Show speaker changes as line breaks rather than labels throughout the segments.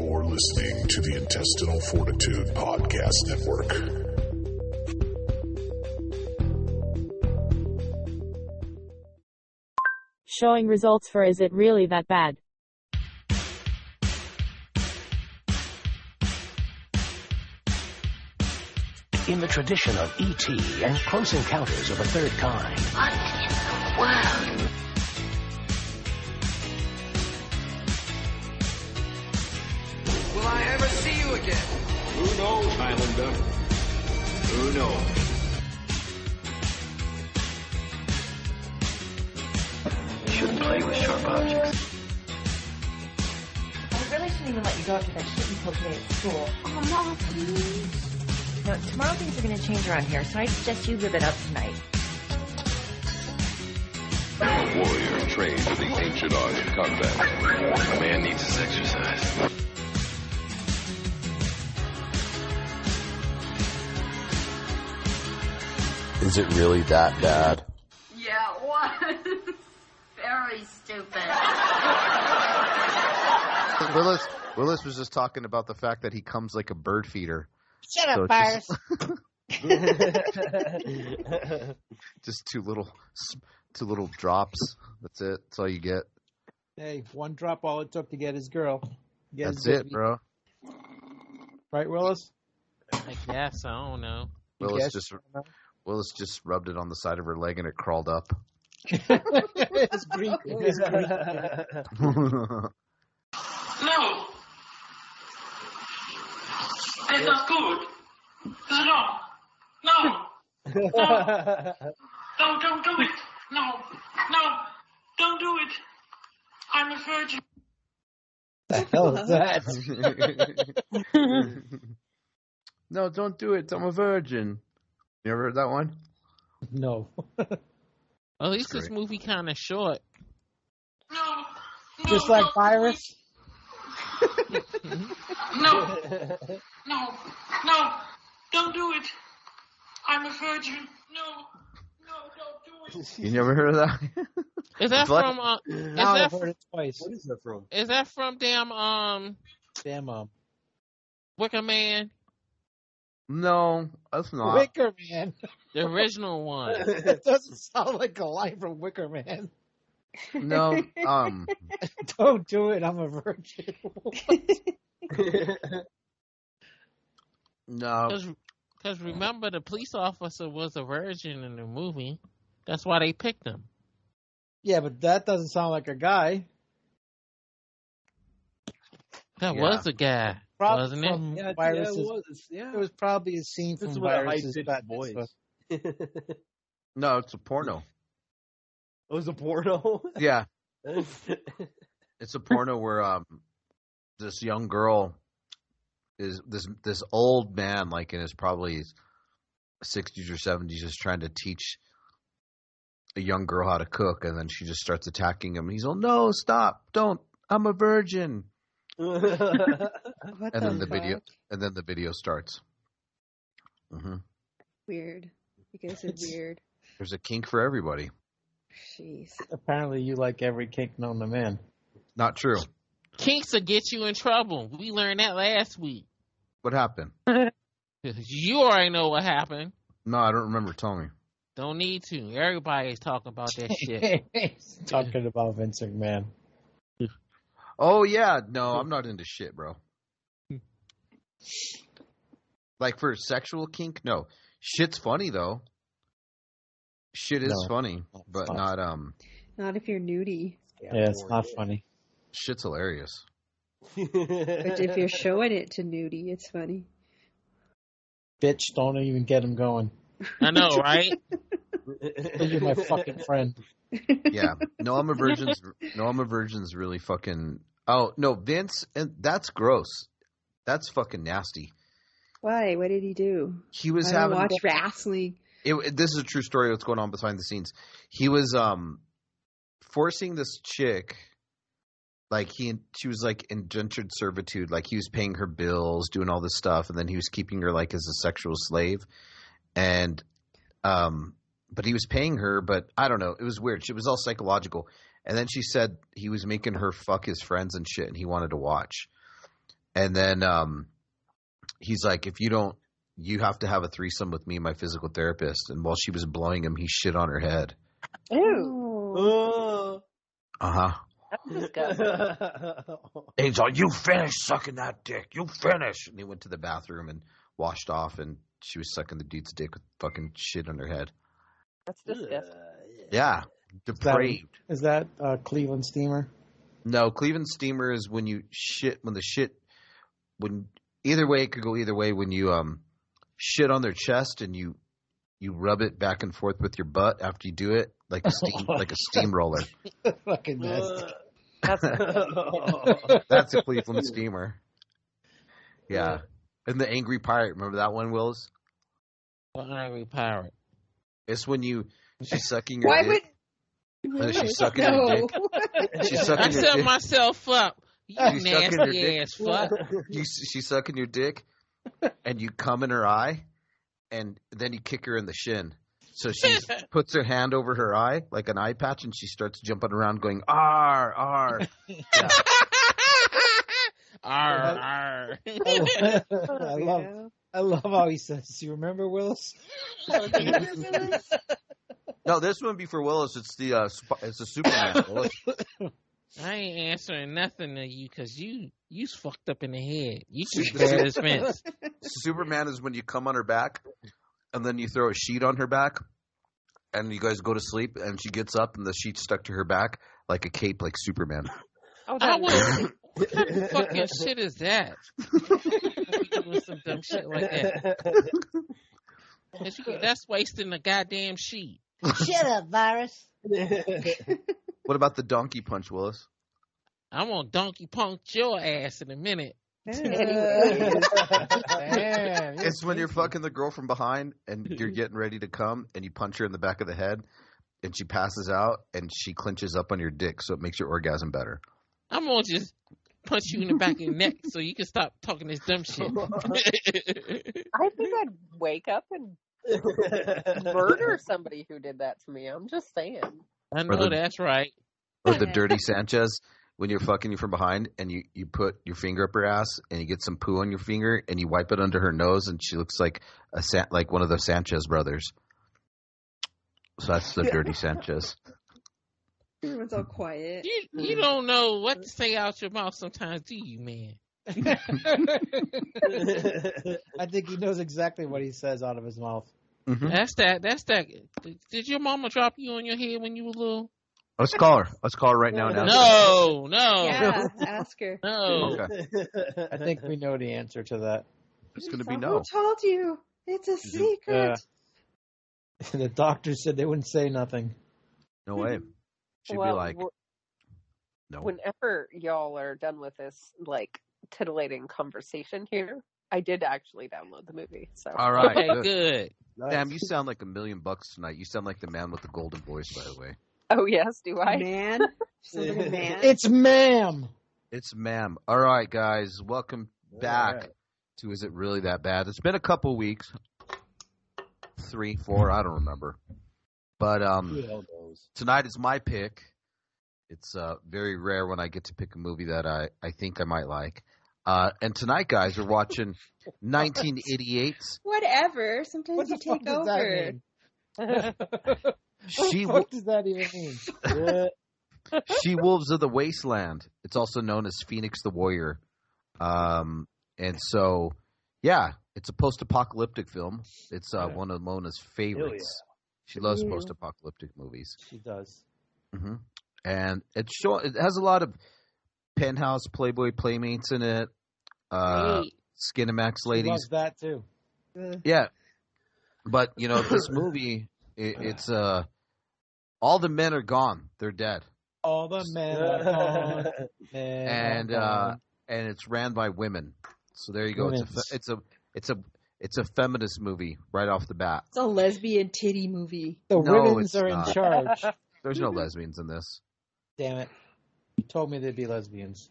listening to the Intestinal Fortitude Podcast Network.
Showing results for Is It Really That Bad?
In the tradition of E.T. and Close Encounters of the Third Kind,
Will I ever see you again? Who knows, Highlander? Who knows?
Shouldn't play with sharp objects.
I really shouldn't even let you go after that shit you pulled today at school.
Oh, Mom, please.
No, tomorrow things are going to change around here, so I suggest you live it up tonight.
A warrior trained for the ancient art of combat.
A man needs his exercise.
Is it really that bad?
Yeah, it was. Very stupid.
Willis Willis was just talking about the fact that he comes like a bird feeder.
Shut
So
up,
it's
Bars.
just- Just two little s- two little drops. That's it. That's all you get.
Hey, one drop, all it took to get his girl. Get his
That's it,
baby.
bro.
Right, Willis?
I guess. I don't know.
You
Willis
guessed
just
enough.
Willis just rubbed it on the side of her leg and it crawled up.
it's Greek. It's Greek.
No! That's not good! Not at all! No! No, don't do it! No! No! Don't do it! I'm a virgin!
the hell is
that? no, don't do it. I'm a virgin. You ever heard that one?
no.
At least Oh, this movie kind of short.
No!
Just like virus.
No! No! No! Don't do it! I'm a virgin! No! No, don't do it!
You never heard of that?
Is that
But-
from? Uh, is
Now
that
I've heard it twice.
is that from? Is that from damn um
Damn mom.
Wicker Man,
no, that's not.
Wicker Man.
the original one?
it doesn't sound like a line from Wicker Man.
No, um,
Don't do it. I'm a virgin.
no.
Because remember, the police officer was a virgin in the movie. That's why they picked him.
yeah, but that doesn't sound like a guy.
That
Yeah.
was a guy,
Probably
wasn't it?
from
Yeah,
viruses.
yeah, it was. Yeah.
It was probably a scene
This
from
is what a
viruses.
high-pitched
but-
voice.
but-
it
No, it's a porno.
was a porno.
Yeah, it's a porno where um, this young girl is this this old man like in his probably his sixties or seventies is trying to teach a young girl how to cook, and then she just starts attacking him. He's all, "No, stop! Don't! I'm a virgin!"
What
And then the video, and then the video starts. hmm
Weird. You guys are weird.
There's a kink for everybody.
Jeez.
Apparently, you like every kink known to man.
Not true.
Kinks will get you in trouble. We learned that last week.
What happened?
You already know what happened.
No, I don't remember. Tell me.
Don't need to. Everybody's talking about that shit.
Talking about Vince McMahon.
Oh yeah, no, I'm not into shit, bro.
Hmm.
Like for sexual kink, no. Shit's funny though. Shit is
No.
funny, but
Fuck.
not um.
Not if you're nudie,
Yeah, it's not funny.
Shit's hilarious.
but if you're showing it to nudie, it's funny.
Bitch, don't even get him going.
I know, right?
You're my fucking friend.
Yeah. No, I'm a virgin's. no, I'm a virgin's really fucking. Oh no, Vince, and that's gross. That's fucking nasty.
Why? What did he do?
He was
I don't
having.
watch wrestling.
it, it- this is a true story what's going on behind the scenes he was um forcing this chick like he she was like indentured servitude like he was paying her bills doing all this stuff and then he was keeping her like as a sexual slave and um but he was paying her but i don't know it was weird it was all psychological and then she said he was making her fuck his friends and shit and he wanted to watch and then um, he's like, if you don't, you have to have a threesome with me and my physical therapist. And while she was blowing him, he shit on her head.
Ew.
Uh huh.
That's disgusting.
And he's like, you finish sucking that dick. You finish. And he went to the bathroom and washed off, and she was sucking the dude's dick with fucking shit on her head.
That's disgusting.
Yeah. Depraved.
Is that uh, Cleveland Steamer?
No, Cleveland steamer is when you shit when the shit when either way it could go either way when you um shit on their chest and you you rub it back and forth with your butt after you do it like a steam like a steamroller.
Fucking
Uh.
nasty.
That's
That's a Cleveland steamer. Yeah. And the angry pirate, remember that one, Willis?
What angry pirate?
It's when you she's sucking your
Why
dick.
would?
Uh, she's sucking your dick. She's sucking
I
your
set
dick.
myself up. You
She's sucking her
oh, nasty
dick.
ass fuck.
You, she's sucking your dick, and you come in her eye, and then you kick her in the shin. So she puts her hand over her eye like an eye patch, and she starts jumping around, going "R R." Yeah.
Arr, arr.
I love, I love how he says. You remember Willis?
Oh,
"Oh, No, this one be for Willis. It's the uh, sp- it's the Superman. Willis.
I ain't answering nothing to you because you you fucked up in the head. You
Su-
should tear this fence.
Superman is when you come on her back, and then you throw a sheet on her back, and you guys go to sleep, and she gets up, and the sheet's stuck to her back like a cape, like Superman.
Oh,
I
that was.
was. What kind of fucking shit is that? Doing some dumb shit like that. 'Cause you- That's wasting the goddamn sheet.
Shut up, virus.
What about the donkey punch, Willis?
I'm gonna donkey punk your ass in a minute.
Damn, you're
It's when you're fucking the girl from behind and you're getting ready to come and you punch her in the back of the head and she passes out and she clinches up on your dick so it makes your orgasm better.
I'm gonna just punch you in the back of your neck so you can stop talking this dumb shit.
I think I'd wake up and murder somebody who did that to me. I'm just saying.
I
Or
know
the-
that's right.
Or the dirty Sanchez when you're fucking you from behind and you, you put your finger up her ass and you get some poo on your finger and you wipe it under her nose and she looks like a San- like one of the Sanchez brothers. So that's the dirty Sanchez.
Everyone's all quiet.
You you don't know what to say out your mouth sometimes, do you, man?
I think he knows exactly what he says out of his mouth.
Mm-hmm.
That's that. That's that. Did your mama drop you on your head when you were little?
Let's call her. Let's call her right now. now.
No, no,
Yeah, ask her.
no.
Okay.
I think we know the answer to that.
It's gonna be
Who
no.
told you? It's a secret.
The doctor said they wouldn't say nothing.
No way. She'd be like,
w-
no.
whenever y'all are done with this, like titillating conversation here, I did actually download the movie. So
All right.
Okay,
good.
good.
Damn, you sound like a million bucks tonight. You sound like the man with the golden voice, by the way.
Oh yes, do I?
Man, She's a little man.
It's ma'am.
It's ma'am. All right, guys, welcome back
right.
to Is It Really That Bad? It's been a couple weeks, three, four, I don't remember. But um,
Hmm.
Hell knows.
tonight is my pick. It's uh, very rare when I get to pick a movie that I, I think I might like. Uh, and tonight, guys, we're watching 1988's
Whatever. Sometimes
What
you
the fuck
take
does that
over.
mean? What
She
the
Wo-
fuck does that even mean?
She Wolves of the Wasteland. It's also known as Phoenix the Warrior. Um, and so, yeah, it's a post-apocalyptic film. It's uh,
Yeah.
one of Mona's favorites. She loves
Yeah.
post-apocalyptic movies,
She does.
hmm and it's short. It has a lot of penthouse Playboy playmates in it. Uh,
Hey,
Skinemax
She
ladies,
loves that too.
yeah, but you know this movie. It, it's uh, all the men are gone. They're dead.
All the men are gone. Men are
and uh,
gone.
and it's ran by women. So there you go. It's a,
Women's.
fe- it's a it's a it's a feminist movie right off the bat.
It's a lesbian titty movie.
the
no, it's
women's are
not.
in charge.
There's no lesbians in this.
Damn it! You told me they'd be lesbians.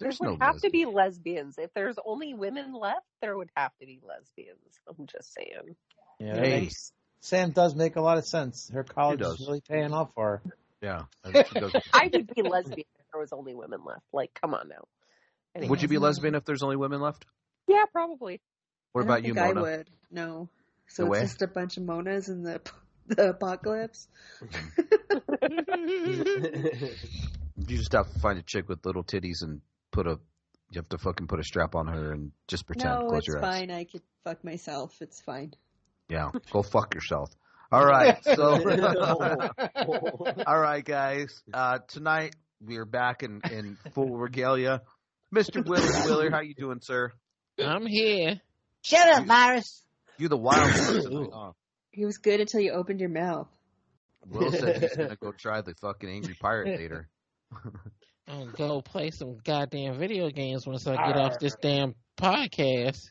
There's
there
no
would have
lesbians.
to be lesbians. If there's only women left, there would have to be lesbians. I'm just saying.
Yeah, that
Hey.
makes- Sam does make a lot of sense. Her college is
does.
really paying off for her.
yeah. And she does-
I would be lesbian if there was only women left. Like, come on now. Anyway.
Would you be lesbian if there's only women left?
Yeah, probably.
What
I don't
about you,
think I
Mona?
would. No. So
No
it's
way?
just a bunch of Monas in the, the apocalypse.
Mm-hmm. You just have to find a chick with little titties and put a. You have to fucking put a strap on her and just pretend.
no,
close
it's
your eyes.
fine. I could fuck myself. It's fine.
Yeah, go fuck yourself. All right, so all right, guys. Uh, tonight we are back in, in full regalia. Mister Willer, Willer, how you doing, sir?
I'm here.
Shut up, virus. You the wild one tonight, huh?
He was good until you opened your mouth.
Will said he's gonna go try the fucking angry pirate later.
I'm gonna go play some goddamn video games once I get off this damn podcast.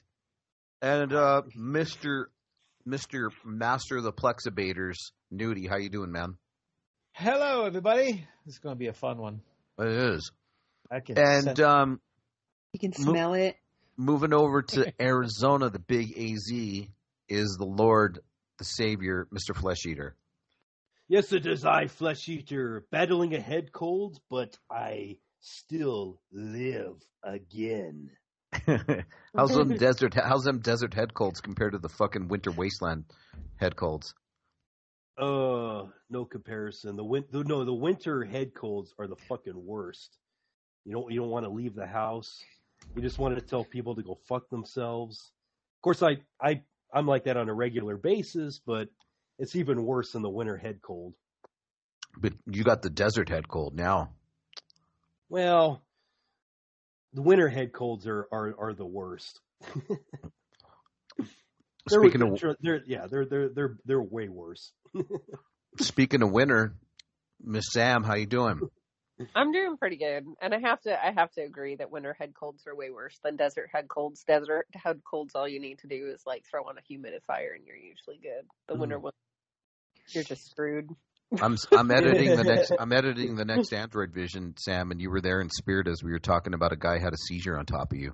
And uh, Mister Mister Master of the Plexibators, Nudie, how you doing, man?
Hello, everybody. This is going to be a fun one.
It is.
I can
And
sense-
um,
You can
Mo-
smell it.
moving over to Arizona, the big AZ is the Lord, the Savior, Mr. Flesh Eater.
Yes, it is I, Flesh Eater, battling a head cold, but I still live again.
how's them desert? How's them desert head colds compared to the fucking winter wasteland head colds?
Uh, no comparison. The win- the, no, the winter head colds are the fucking worst. You don't you don't want to leave the house. You just want to tell people to go fuck themselves. Of course, I I I'm like that on a regular basis, but it's even worse than the winter head cold.
But you got the desert head cold now.
Well, the winter head colds are are, are the worst. They're-
Speaking of-
they're, they're, yeah, they're they're they're they're way worse.
Speaking of winter, Miss Sam, how you doing?
I'm doing pretty good, and I have to I have to agree that winter head colds are way worse than desert head colds. Desert head colds, all you need to do is like throw on a humidifier, and you're usually good. The winter
Mm.
one, you're just screwed.
I'm I'm editing the next I'm editing the next Android Vision, Sam, and you were there in spirit as we were talking about a guy had a seizure on top of you.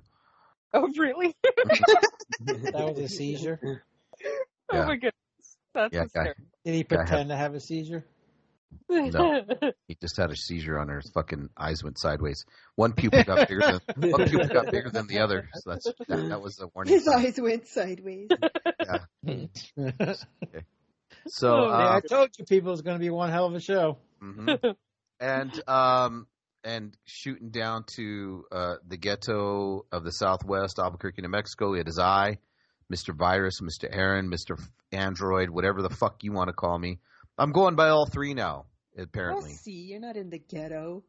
Oh really?
that was a seizure.
Oh my goodness, that's
Yeah, guy,
hysterical.
Did he
guy had-
pretend to have a seizure?
No. He just had a seizure on her. His fucking eyes went sideways. One pupil got bigger than one pupil got bigger than the other. So that's that, that was the warning.
His
sign.
eyes went sideways.
So
Oh, yeah,
uh,
I told you people it's going to be one hell of a show.
mhm. and um and shooting down to uh, the ghetto of the Southwest, Albuquerque, New Mexico. It is I, Mister Virus, Mister Aaron, Mister Android, whatever the fuck you want to call me. I'm going by all three now.
I'll
Apparently,
see. You're not in the ghetto.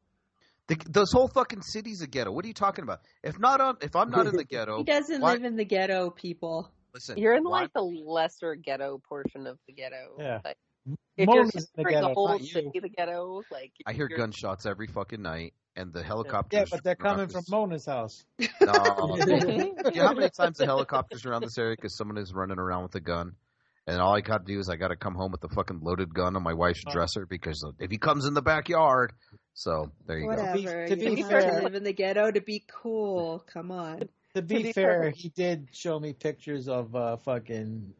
the, this whole fucking city's a ghetto. What are you talking about? If not on, if I'm not in the ghetto,
He doesn't
why-
live in the ghetto, people.
Listen,
You're in
why-
like the lesser ghetto portion of the ghetto.
Yeah.
Like, if you're
Mona's in the
considering the,
ghetto,
whole
not you.
city the ghetto, like
I hear
you're-
gunshots every fucking night, and the helicopters.
Yeah, but they're coming
around
from
this-
Mona's house.
No. yeah, how many times the helicopters around this area because someone is running around with a gun, and all I got to do is I got to come home with a fucking loaded gun on my wife's
Uh-huh.
dresser because if he comes in the backyard, so there you go.
Whatever.
To
To
be-
be,
to be fair-
to live in the ghetto to be cool. Come on.
To be
be
fair,
fair-
he did show me pictures of uh, fucking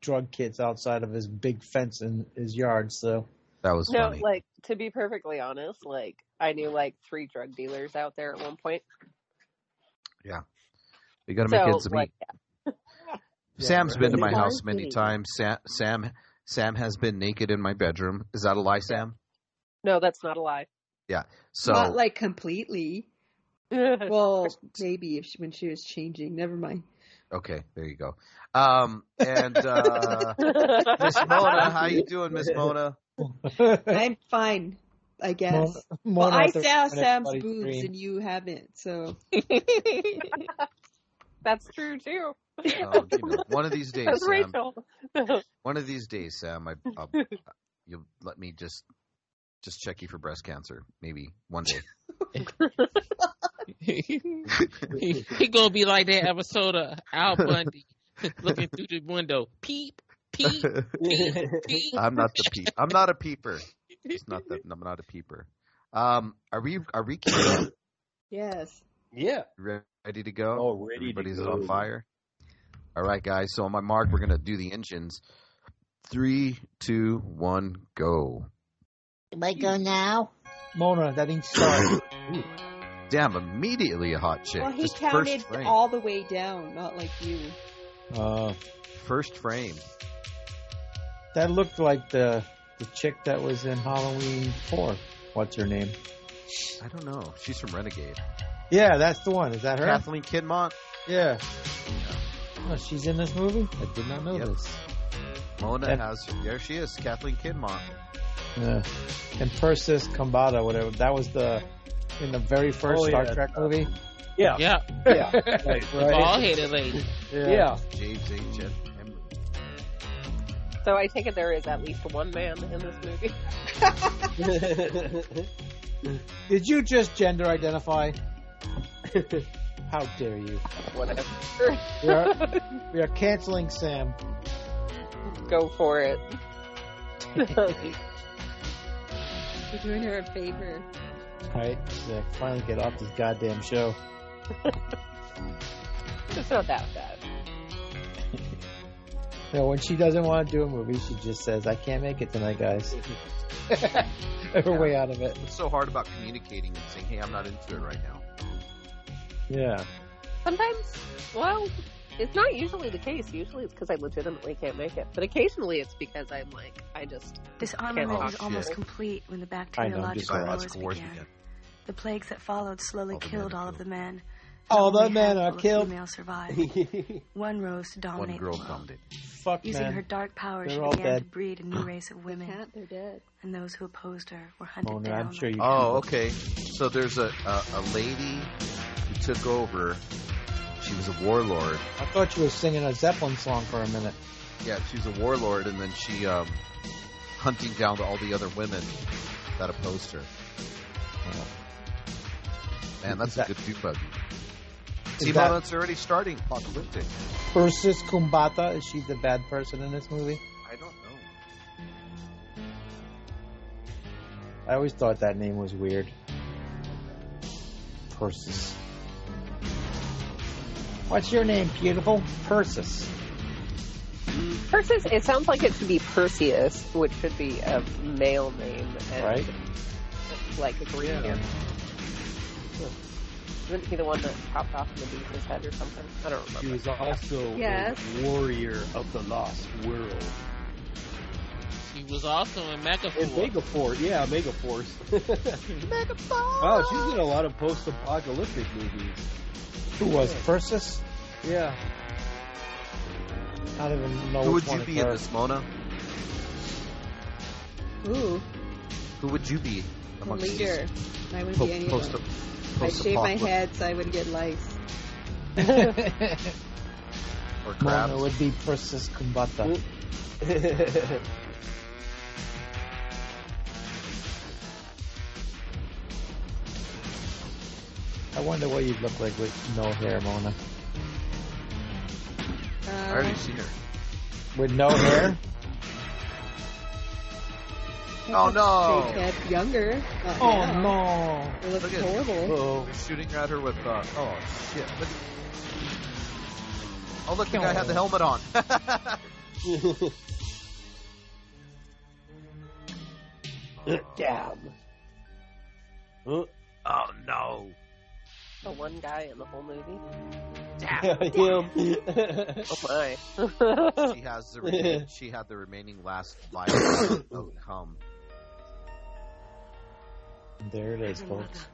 drug kids outside of his big fence in his yard. So
That was
No,
funny.
like to be perfectly honest, like I knew like three drug dealers out there at one point.
We got to make
so,
kids meet.
like,
Sam's been to my
Why
house
did
many
he?
times. Sam, Sam, Sam has been naked in my bedroom. Is that a lie, Sam?
no, that's not a lie.
So
Not like completely.
well,
Well, maybe if she, when she was changing. Never mind.
okay, there you go. Um, and uh, Miss Mona, how you doing, Miss Mona?
I'm fine, I guess.
Mona-
well,
Mona
I
out there
saw
running
Sam's
everybody's
boobs
dream.
and you haven't, so
that's true too.
Oh, you know, one of these days,
That's
Sam.
Rachel.
One of these days, Sam, I, I'll, you'll let me just just check you for breast cancer, maybe one day.
he, he gonna be like that episode of Al Bundy looking through the window. Peep, peep, peep, peep.
I'm not the peep. I'm not a peeper. It's not that I'm not a peeper. Um, are we are we queued up?
yes.
yeah.
Re- ready to go?
Oh, ready to
Everybody's
go.
on fire. All right, guys. So on my mark, we're gonna do the engines. Three, two, one, go.
Am I go now?
Mona, that means start.
damn, immediately a hot chick.
Well, he
Just
counted
first frame.
all the way down, not like you.
Uh,
first frame.
That looked like the the chick that was in Halloween Four. What's her name?
I don't know. She's from Renegade.
Yeah, that's the one. Is that her?
Kathleen Kidmont.
Yeah. Oh, she's in this movie. I did not know
Yep.
this.
Mona
And-
has. There she is, Kathleen Kidmont.
Yeah. And Persis Kambata, whatever. That was the in the very first
Oh,
Star
yeah.
Trek movie.
Yeah.
Yeah.
Yeah.
Ball headed lady.
Yeah.
James H. Ed Emery.
So I take it there is at least one man in this movie.
Did you just gender identify? How dare you?
Whatever.
We are, we are canceling Sam.
Go for it.
You're doing her a favor.
Alright, so I finally get off this goddamn show.
it's not that bad.
You know, when she doesn't want to do a movie, she just says, I can't make it tonight, guys. We're way out of it.
What's so hard about communicating and saying, "Hey, I'm not into it right now"?
Yeah.
Sometimes, well, it's not usually the case. Usually it's because I legitimately can't make it. But occasionally it's because I'm like, I just.
This
can't
armament
talk
was
to
almost
people.
complete when the
I know, just
bacteriological wars
biological wars
began. The plagues that followed slowly killed all of the men.
All the
Only a
men are
handful of
killed.
Females survived. One rose to dominate
One girl
the world.
dumbed it.
Fuck,
Using
man.
her dark powers,
They're
she
all
began to
dead.
breed a new race of women.
they're dead.
And those who opposed her were hunted
Mona,
down.
I'm sure you
Oh, okay. So there's a, a, a lady who took over. She was a warlord.
I thought you were singing a Zeppelin song for a minute.
Yeah, she was a warlord, and then she um, hunting down all the other women that opposed her. Man, that's a good few buggy.
Is
See,
that-
Mona, it's already starting apocalyptic.
Ursus Kumbata, is she the bad person in this movie?
I don't know.
I always thought that name was weird. Persis. What's your name, beautiful? Persis.
Perseus, it sounds like it should be Perseus, which should be a male name. And
Right?
Like a Greek name. Isn't he the one that popped off in the beast's head or something? I don't
She
remember.
was also a
Yes.
warrior of the lost world.
She was also in
And
Megaforce.
Megaforce, yeah, Megaforce. Wow, she's in a lot of post-apocalyptic movies.
Who was Persis?
Yeah.
I don't even know
Who
which
would you
one
be
it
in
was.
this, Mona?
Ooh,
Who would you be
the
amongst
leader.
these
I wouldn't
po-
be any
post
of them. I
post
shave my head so I wouldn't get Uh, lice.
or crabs?
Mona would be Persis Kumbata. I wonder what you'd look like with no hair, Mona.
I
Uh,
already seen her.
With no hair?
Oh no!
Shaved head younger. Uh, not now.
Oh, no!
It looks
Look at-
horrible.
Oh,
They're shooting at her with. Uh, oh shit! Look. Oh look, the guy had the helmet on.
Damn.
Huh?
oh no!
The one guy in the whole movie.
Him.
Oh my.
She has the. Re- she had the remaining last vial of cum.
there it is, folks.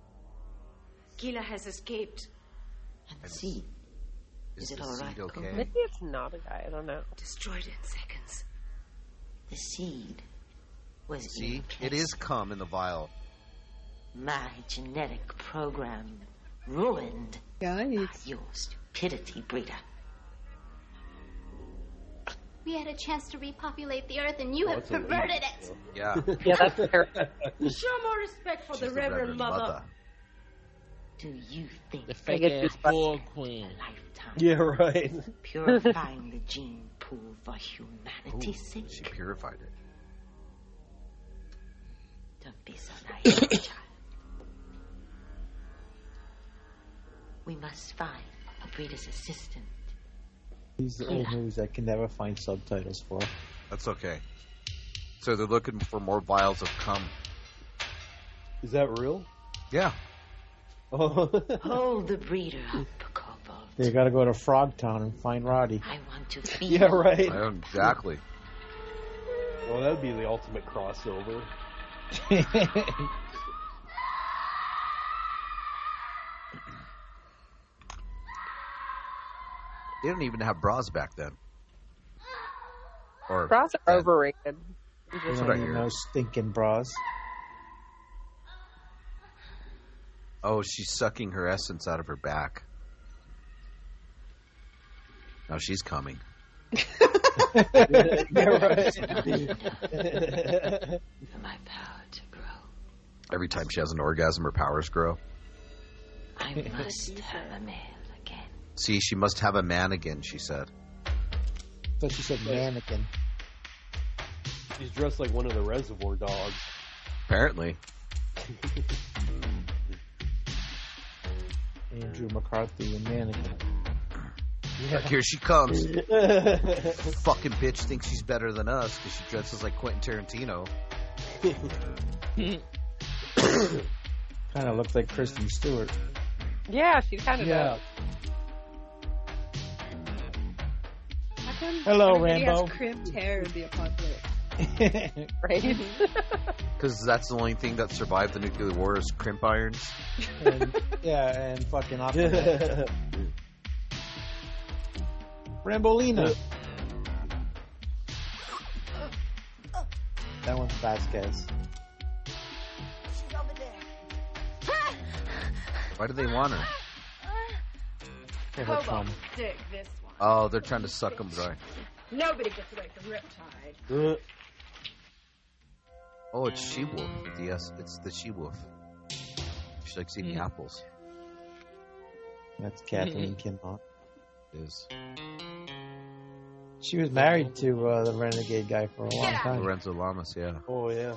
Gila has escaped. And see,
Is,
Is it
the
all
seed
right, Cole?
okay?
Maybe it's not a guy. I don't know.
destroyed in seconds.
The seed was
See,
in
it is cum in the vial.
my genetic program ruined by your stupidity, Brita.
We had a chance to repopulate the earth, and you
Oh,
have
it's a lady.
perverted it.
Yeah.
Yeah, that's fair.
Show more respect for
She's the Reverend Mother.
Do you think
The
I
fake
get
ass boy queen.
yeah, right.
purifying the gene pool for humanity's sake?
She purified it.
Don't be so naive, child. We must find a breeder's assistant.
These are old movies I can never find subtitles for.
That's okay. So they're looking for more vials of cum.
Is that real?
Yeah. Oh.
Hold the breeder up, Cobalt.
They gotta go to Frog Town and find Roddy.
I want to feel.
Yeah, right.
I don't- exactly.
Well, that would be the ultimate crossover.
They don't even have bras back then. Or
Bras are
then.
overrated.
They
That's
don't
what I
even
hear.
know stinking bras.
Oh, she's sucking her essence out of her back. Now she's coming.
For my power to grow,
Every time she has an orgasm, her powers grow.
I must have a male again.
See, she must have a man again, she said.
But she said mannequin.
He's dressed like one of the Reservoir Dogs.
Apparently.
Andrew McCarthy and mannequin.
Like, Here she comes. Fucking bitch thinks she's better than us because she dresses like Quentin Tarantino.
Kind of looks like Kristen Stewart.
Yeah, she kind of does.
How come
Hello,
everybody
Rambo.
Has crimped hair in the apocalypse.
Right?
Because that's the only thing that survived the nuclear war is crimp irons.
And, yeah, and fucking Aquaman. Rambolina. That one's Vasquez.
She's over there.
Why do they want her?
Hey, her chum.
Dig this one.
Oh, they're trying to suck them dry.
Nobody gets away from Riptide.
Uh.
Oh, it's she wolf. Yes, it's the she wolf. She likes
Mm.
eating apples. Mm-hmm.
That's Kathleen Kinlock.
Is
She was married to uh, the renegade guy for a long time.
Lorenzo Lamas? Yeah.
Oh yeah.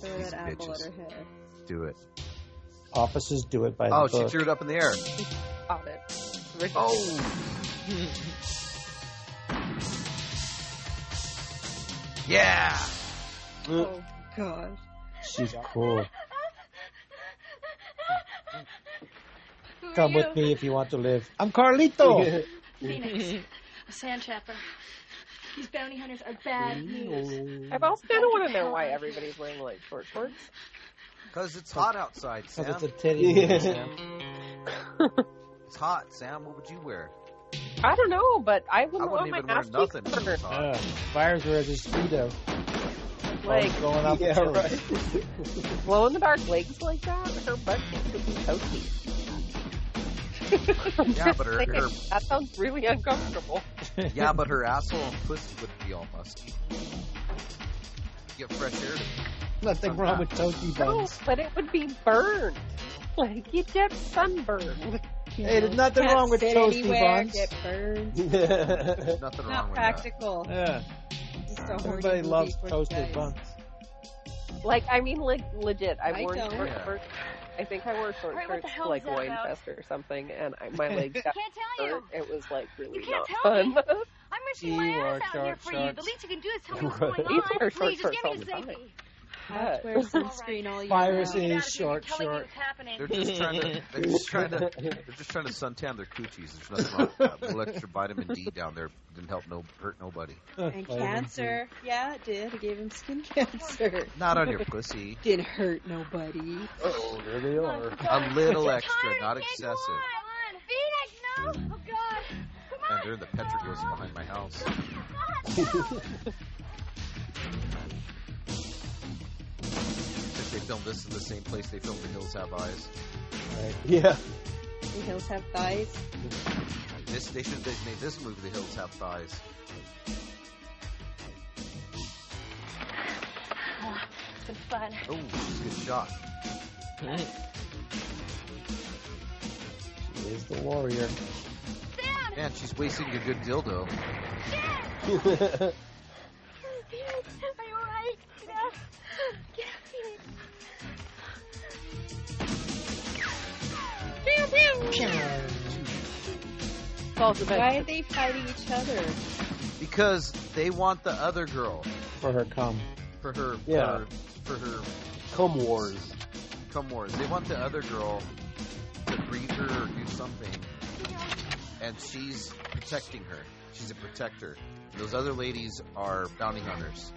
Throw
These
that apple at
bitches.
her head.
Do it.
Officers do it by
Oh,
the
she
book.
threw it up in the air.
Got it.
Oh. Yeah.
Oh god.
She's cool. Come with me if you want to live. I'm Carlito.
Phoenix, a sand trapper. These bounty hunters are bad news.
I've also kind of want to know why everybody's wearing like short shorts.
Because it's hot outside, Sam.
Because it's a teddy bear, Sam.
It's hot, Sam. What would you wear?
I don't know, but I
I
wouldn't want
wouldn't
my
even wear
ass
nothing.
cheeks
if
covered.
it's hot.
Yeah. Fires were his speedo.
Like
going up.
Yeah,
the
right.
glow in the dark legs like that. Her butt cheeks would be so cute.
Yeah, but her, her
That sounds really uncomfortable.
yeah, but her asshole and pussy would be all musky. Get fresh air.
Nothing wrong with toasty
Oh.
No,
buns.
but it would be burned. Like you get sunburned.
Hey, there's nothing wrong with
sit
toasty
anywhere,
buns.
get burned.
There's nothing
Not
wrong with
practical.
Yeah,
Just a horny
everybody
movie
loves
for
toasted
guys.
buns.
Like I mean, like legit. I
I
wore
don't.
short
Yeah.
shorts. I think I wore short
Right, what
shorts
the hell
to like
is that about?
Winefest or something, and I, my legs got
Can't tell you.
burnt. It was like really
can't
not
tell
fun.
I'm
You
risking my
are
ass out here
sharp
for you. The
sharks.
least you can do is tell me what's
Right.
going
These are
on.
short
Please, just get me
shorts
to
all the
safety.
But-
Wear sunscreen all year
Fires
round.
is short,
telling me
short.
what's happening.
They're just trying to. They're just trying to. They're just trying to suntan their coochies. There's nothing wrong with that. A little extra vitamin D down there didn't help no hurt nobody.
And cancer. Yeah, it did. It gave him skin cancer.
Not on your pussy.
Didn't hurt nobody.
Oh, there they are.
A little
I'm
extra,
tired,
not
I can't
excessive.
Go on. Phoenix, no! Oh God! Come
And
on!
they're in the petroglyphs behind my house.
Oh, God,
If they filmed this in the same place they filmed The Hills Have Eyes.
Yeah.
The hills have thighs.
This they should have made this movie The Hills Have Thighs.
no. It's been fun.
Oh, good shot.
She is the warrior.
Sam!
Man, she's wasting a good dildo.
yeah.
Phoenix, are you alright? Get out! Get out, Phoenix! Pew, pew.
Falls in
Why
bed.
are they fighting each other?
Because they want the other girl
For her cum.
for her
Yeah.
for, for her
Come wars.
Come wars. They want the other girl to breed her or do something, and she's protecting her. She's a protector. And those other ladies are bounty hunters.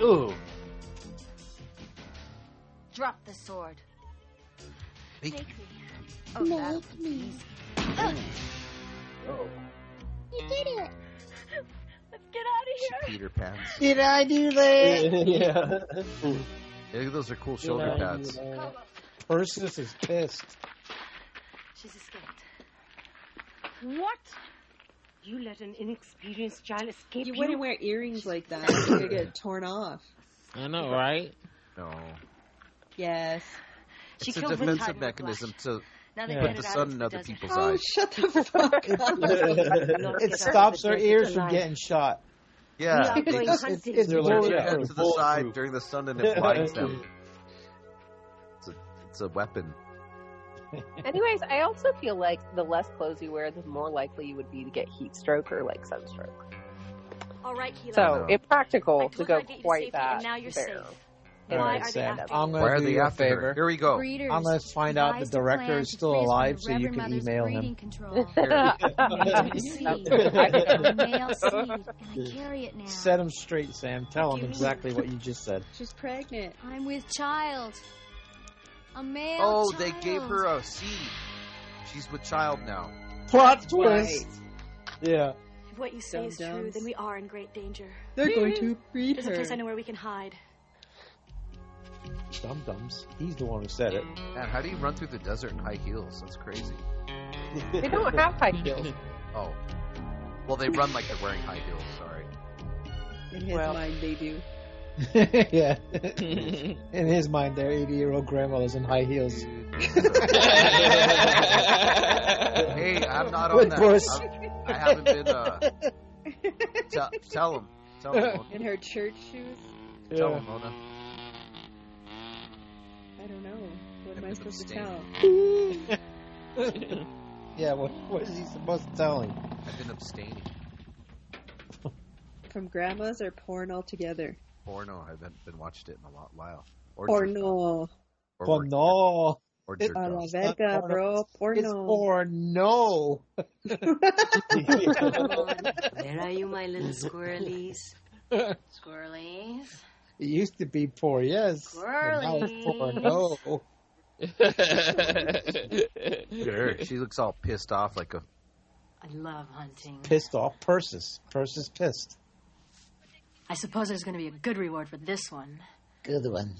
Ooh.
Drop the sword.
Make
me. Oh, that'll be easy.
Oh,
You did it! Let's get out of here!
Peter pants.
Did I do that?
yeah.
I think those are cool shoulder pads.
oh,
Perseus is pissed.
She's escaped.
What? You let an inexperienced child escape
You
you?
wouldn't wear earrings like that. You're gonna get torn off.
I know, right?
No.
Yes.
It's a defensive mechanism to
Now
put the sun in other people's
Oh,
Oh,
eyes.
shut the fuck up.
it stops her ears from getting shot.
Yeah,
We are
they
going
just-
hunting.
it's
They're
their
like,
head
yeah,
to the side during the sun and it blinds them. It's a, it's a weapon.
Anyways, I also feel like the less clothes you wear, the more likely you would be to get heat stroke or like sunstroke.
All right, Keelan.
So it's practical to
told
go
you I'd get you
quite
safely,
that
and now you're
there.
safe.
All
Why
right,
are they
Sam.
after
I'm
you?
going
Why are
to do
they
you a
after her?
favor.
Here we go.
Breeders
I'm going to find out the
devised a
director
plan
is
to
still
freeze from
alive,
the
so you
Reverend
can
Mother's
email
breeding
him.
Control.
Set him straight, Sam. Tell
What
him
do you
exactly
mean?
what you just said.
She's pregnant.
I'm with child. A male
Oh,
child.
they gave her a seed. She's with child now.
Plot
twist.
Yeah.
If what you say is true,
Dum-dums.
then we are in great danger.
They're going to breed
There's a
her.
place I know where we can hide.
Dum dums. He's the one who said it.
Man, how do you run through the desert in high heels? That's crazy.
They don't have high heels.
Oh. Well, they run like they're wearing high heels, sorry.
In his
Well.
mind, they do.
yeah. in his mind, their 80 year old grandmother's in high heels.
Hey, I'm not
With
on that.
Bush.
I'm- I haven't been, uh... Tell, tell him. Tell him, Mona.
In her church shoes.
Tell him, Mona.
I don't know. What am I supposed to
abstain.
tell?
yeah, what, what is he supposed to tell him?
I've been abstaining.
From grandmas or porn altogether?
Porno. I haven't been watched it in a lot while. Or
Porno.
Or,
Well, no.
or
It-
jerk
A
off.
la verga,
porno.
bro.
It's
Porno.
or no.
Come on. Where are you, my little squirrelies? Squirrelies?
It used to be poor, yes. but now it's Poor, no.
Look at her. She looks all pissed off like a.
I love hunting.
Pissed off. Persis. Persis pissed.
I suppose there's going to be a good reward for this one.
Good one.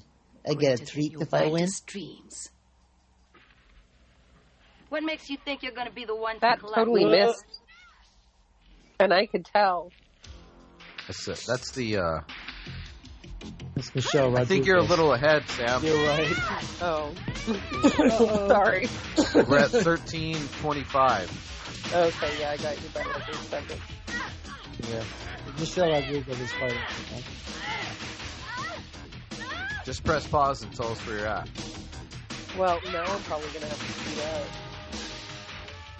I
Or
get a
just
treat
your
if I win.
wildest Dreams. What makes you think you're going to be the one
That
to collect?
totally missed. And I could tell.
That's, it. that's the. Uh,
It's
I
Michelle Rodriguez.
think you're a little ahead, Sam.
You're right.
Oh. Sorry.
We're at thirteen twenty-five.
Okay, yeah, I got you better for a second.
Yeah. Michelle Rodriguez is fighting.
Just press pause and tell us where you're at.
Well, now I'm probably gonna have to speed up.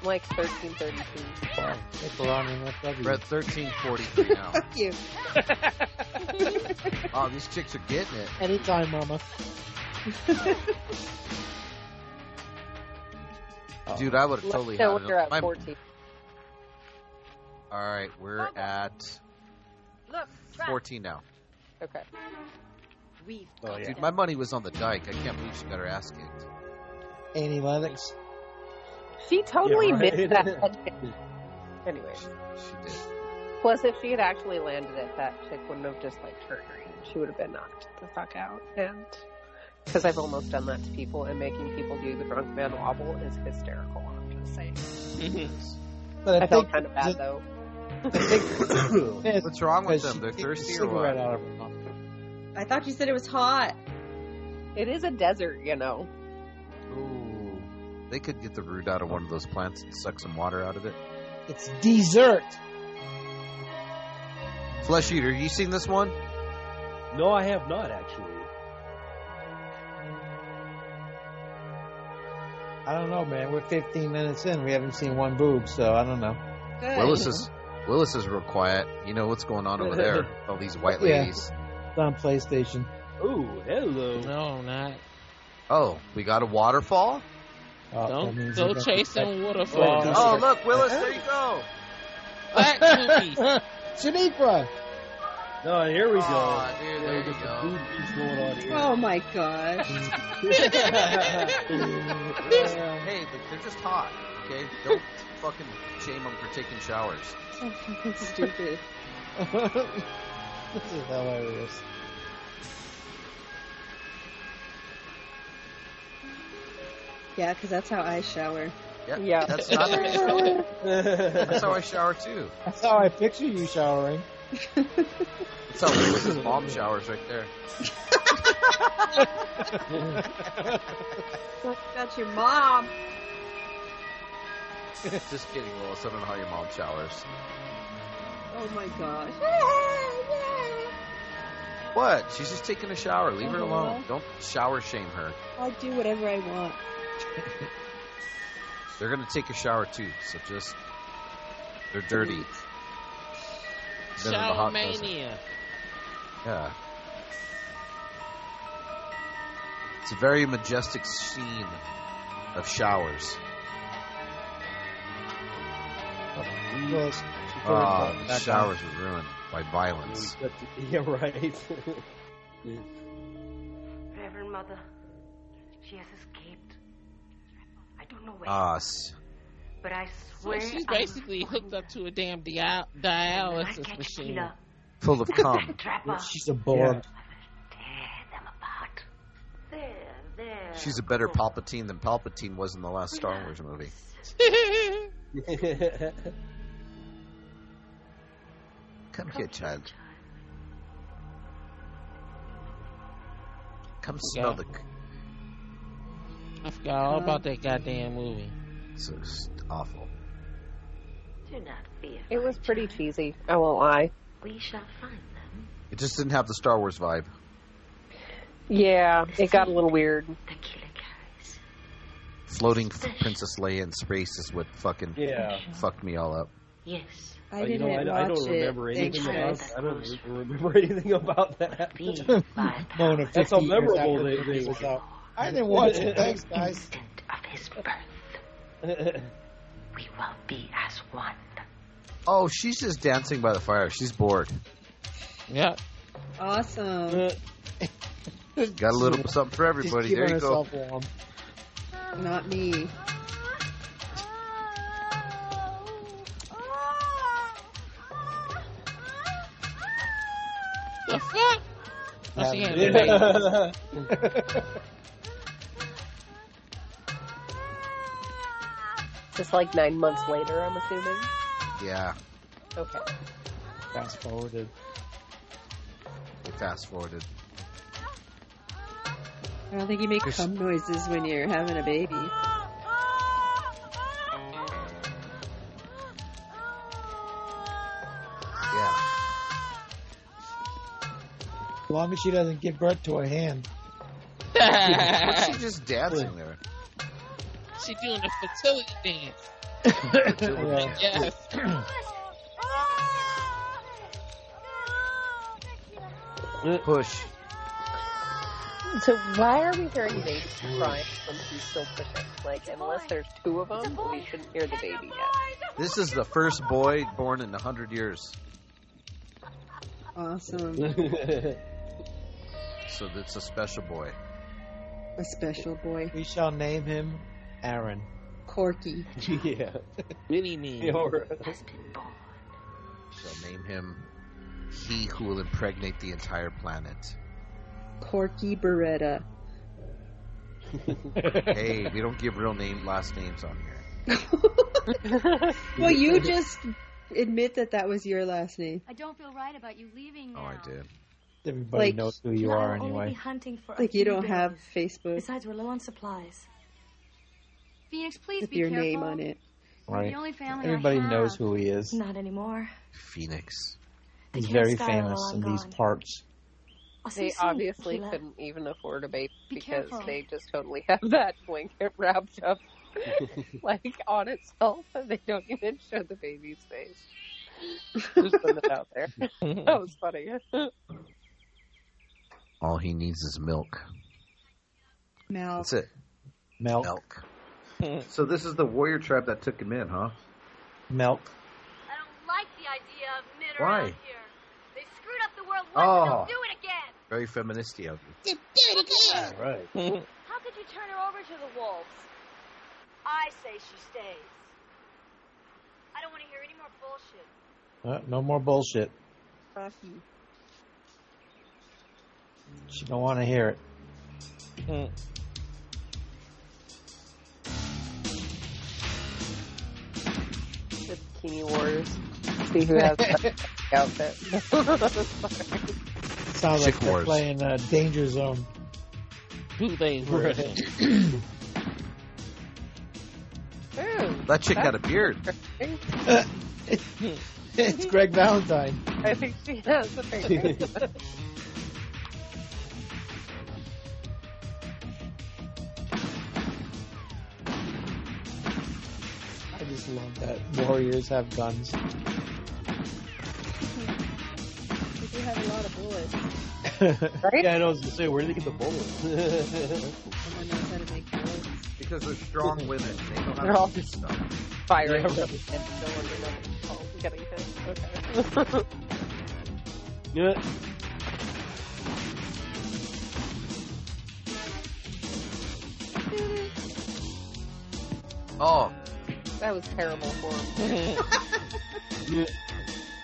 I'm like 1332.
Wow. That's a lot of NFW.
We're at thirteen forty-three now.
Fuck you.
oh, these chicks are getting it.
Anytime, Mama.
Dude, I would have totally
No,
had it.
you're at
My-
14.
all right, we're at
Look,
fourteen now.
Okay.
We've
Oh, yeah.
Dude, my money was on the dike. I can't believe she got her ass kicked.
Amy Lennox.
She totally
Yeah, right.
missed that. head kick. anyway,
She did.
plus if she had actually landed it, that chick wouldn't have just like turned her in. She would have been knocked the fuck out. And because I've almost done that to people, and making people do the drunk man wobble is hysterical. I'm just saying.
Mm-hmm.
But
I
I, think
felt kind of bad though.
Yes,
What's wrong with
because
them?
she
They're
kicked the
thirsty or
cigarette
what?
out of her mouth.
I thought you said it was hot.
It is a desert, you know.
Ooh. They could get the root out of one of those plants and suck some water out of it.
It's dessert.
Flesh Eater, you seen this one?
No, I have not actually.
I don't know, man. We're 15 minutes in. We haven't seen one boob, so I don't know.
Good.
Willis is Willis is real quiet. You know what's going on over there. All these white
Yeah.
ladies.
It's on PlayStation.
Oh, hello.
No, not.
Oh, we got a waterfall?
Uh,
Don't go chasing waterfalls.
Oh, look, Willis, there you go.
Black cookies.
Shaniqua.
Oh, here we go.
Aw, dude, there
we
you
got
go.
some food feast going on here.
Oh my gosh.
hey, but they're just hot, okay? Don't fucking shame them for taking showers.
Stupid.
this is hilarious.
Yeah, because that's how I shower.
Yeah,
Yeah.
that's not the That's how I shower too.
That's how I picture you showering.
That's how Lewis's mom showers right there.
That's your mom.
Just kidding, Willis. I don't know how your mom showers.
Oh my gosh.
What? She's just taking a shower. Leave her alone. Don't shower shame her.
I'll do whatever I want.
They're gonna take a shower too, so just they're dirty. Been in the
Shower
hot tubs.
mania.
Yeah. It's a very majestic scene of showers.
Well, it's-
Ah,
back
the
on.
showers were ruined by violence.
Yeah, right.
Reverend Mother, she has escaped. I don't know where,
Ah, s-
but I
So
swear
she's
I'm
basically hooked up to a damn dia-
when I
dialysis
catch
machine.
Sheila,
full of cum.
Trapper,
She's a
tear
borg.
them apart. There, there.
She's a better Palpatine than Palpatine was in the last Star Wars movie. Come here, child. Come smell the. c-
I forgot all about that goddamn movie.
It's just awful.
Do not fear.
It was pretty cheesy. I won't lie.
We shall find them.
It just didn't have the Star Wars vibe.
Yeah, it got a little weird.
The killer carries.
Floating f- Princess Leia in space is what fucking
yeah.
fucked me all up.
Yes.
I
Uh, you
didn't
know, I,
watch
I don't
it.
remember
Thanks,
anything about.
guys.
I don't re- remember anything about that.
Be by
Moan of
That's how
50 years
memorable
after
they-
the
they
movie was
were.
out. I didn't watch it. Thanks,
the
guys.
instant of his birth. We will be as one.
Oh, she's just dancing by the fire. She's bored.
Yeah.
Awesome.
Got a little something for
She's
everybody.
keeping
There you go.
herself warm.
Not me.
The fuck? Oh, she had a baby.
Yeah.
Just like nine months later, I'm assuming.
Yeah.
Okay.
Fast forwarded.
They fast forwarded.
I don't think you make
There's-
cum noises when you're having a baby.
Yeah.
As long as she doesn't give birth to a hand.
What's she just dancing there?
she doing the fertility dance.
Yeah.
Yes.
Push.
So why are we hearing babies crying when she's still pushing? Like, unless there's two of them, we shouldn't hear the baby yet.
This is the first boy born in a hundred years.
Awesome.
So that's a special boy.
A special boy.
We shall name him Aaron.
Corky.
yeah.
Mini me.
Yeah, or-
Has been born.
Shall name him He Who Will Impregnate the Entire Planet.
Corky Beretta.
Hey, we don't give real name last names on here.
Well, you just admit that that was your last name.
I don't feel right about you leaving
Oh,
now.
I did.
Everybody
Like,
knows who you
I'll
are
only be
anyway.
hunting for a
Like you
few
don't
berries.
have Facebook
Besides, we're low on supplies. Phoenix, please
with
be
your
careful.
name on it.
You're
Right.
The only family I
Everybody
have.
knows who he is.
Not anymore.
Phoenix.
They
He's
can't
very
style
famous
while I'm
in these
gone.
parts.
I'll see
They
you soon,
obviously
Keela.
couldn't even afford a baby
Be
because
careful.
they just totally have that blanket wrapped up, like on itself, and they don't even show the baby's face. Just put it out there. That was funny.
Oh, All he needs is milk.
Mel.
That's it.
Milk.
Milk. so this is the warrior tribe that took him in, huh?
Milk.
I don't like the idea of men
Why?
around here. They screwed up the world once and
Oh.
they'll do it again.
Very feministy of you.
How
Right.
could you turn her over to the wolves? I say she stays. I don't want to hear any more bullshit.
Uh, no more bullshit. She don't want to hear it.
Mm.
The Bikini Warriors. See who has the outfit.
Sounds
Chick
like they're
Wars.
playing uh, Danger Zone.
Who they were.
That chick got a beard.
it's Greg Valentine.
I think she has the finger.
I just love that warriors have guns.
We do have a lot of bullets.
Right?
Yeah, I know. I was gonna say, where do they get the bullets?
Someone knows how to make bullets.
Because they're strong women. They know how
They're
to
all
do stuff.
Firing.
Yeah, right.
and no one knows. Oh, getting hit. Okay.
yeah.
Oh.
that was terrible for him.
yeah.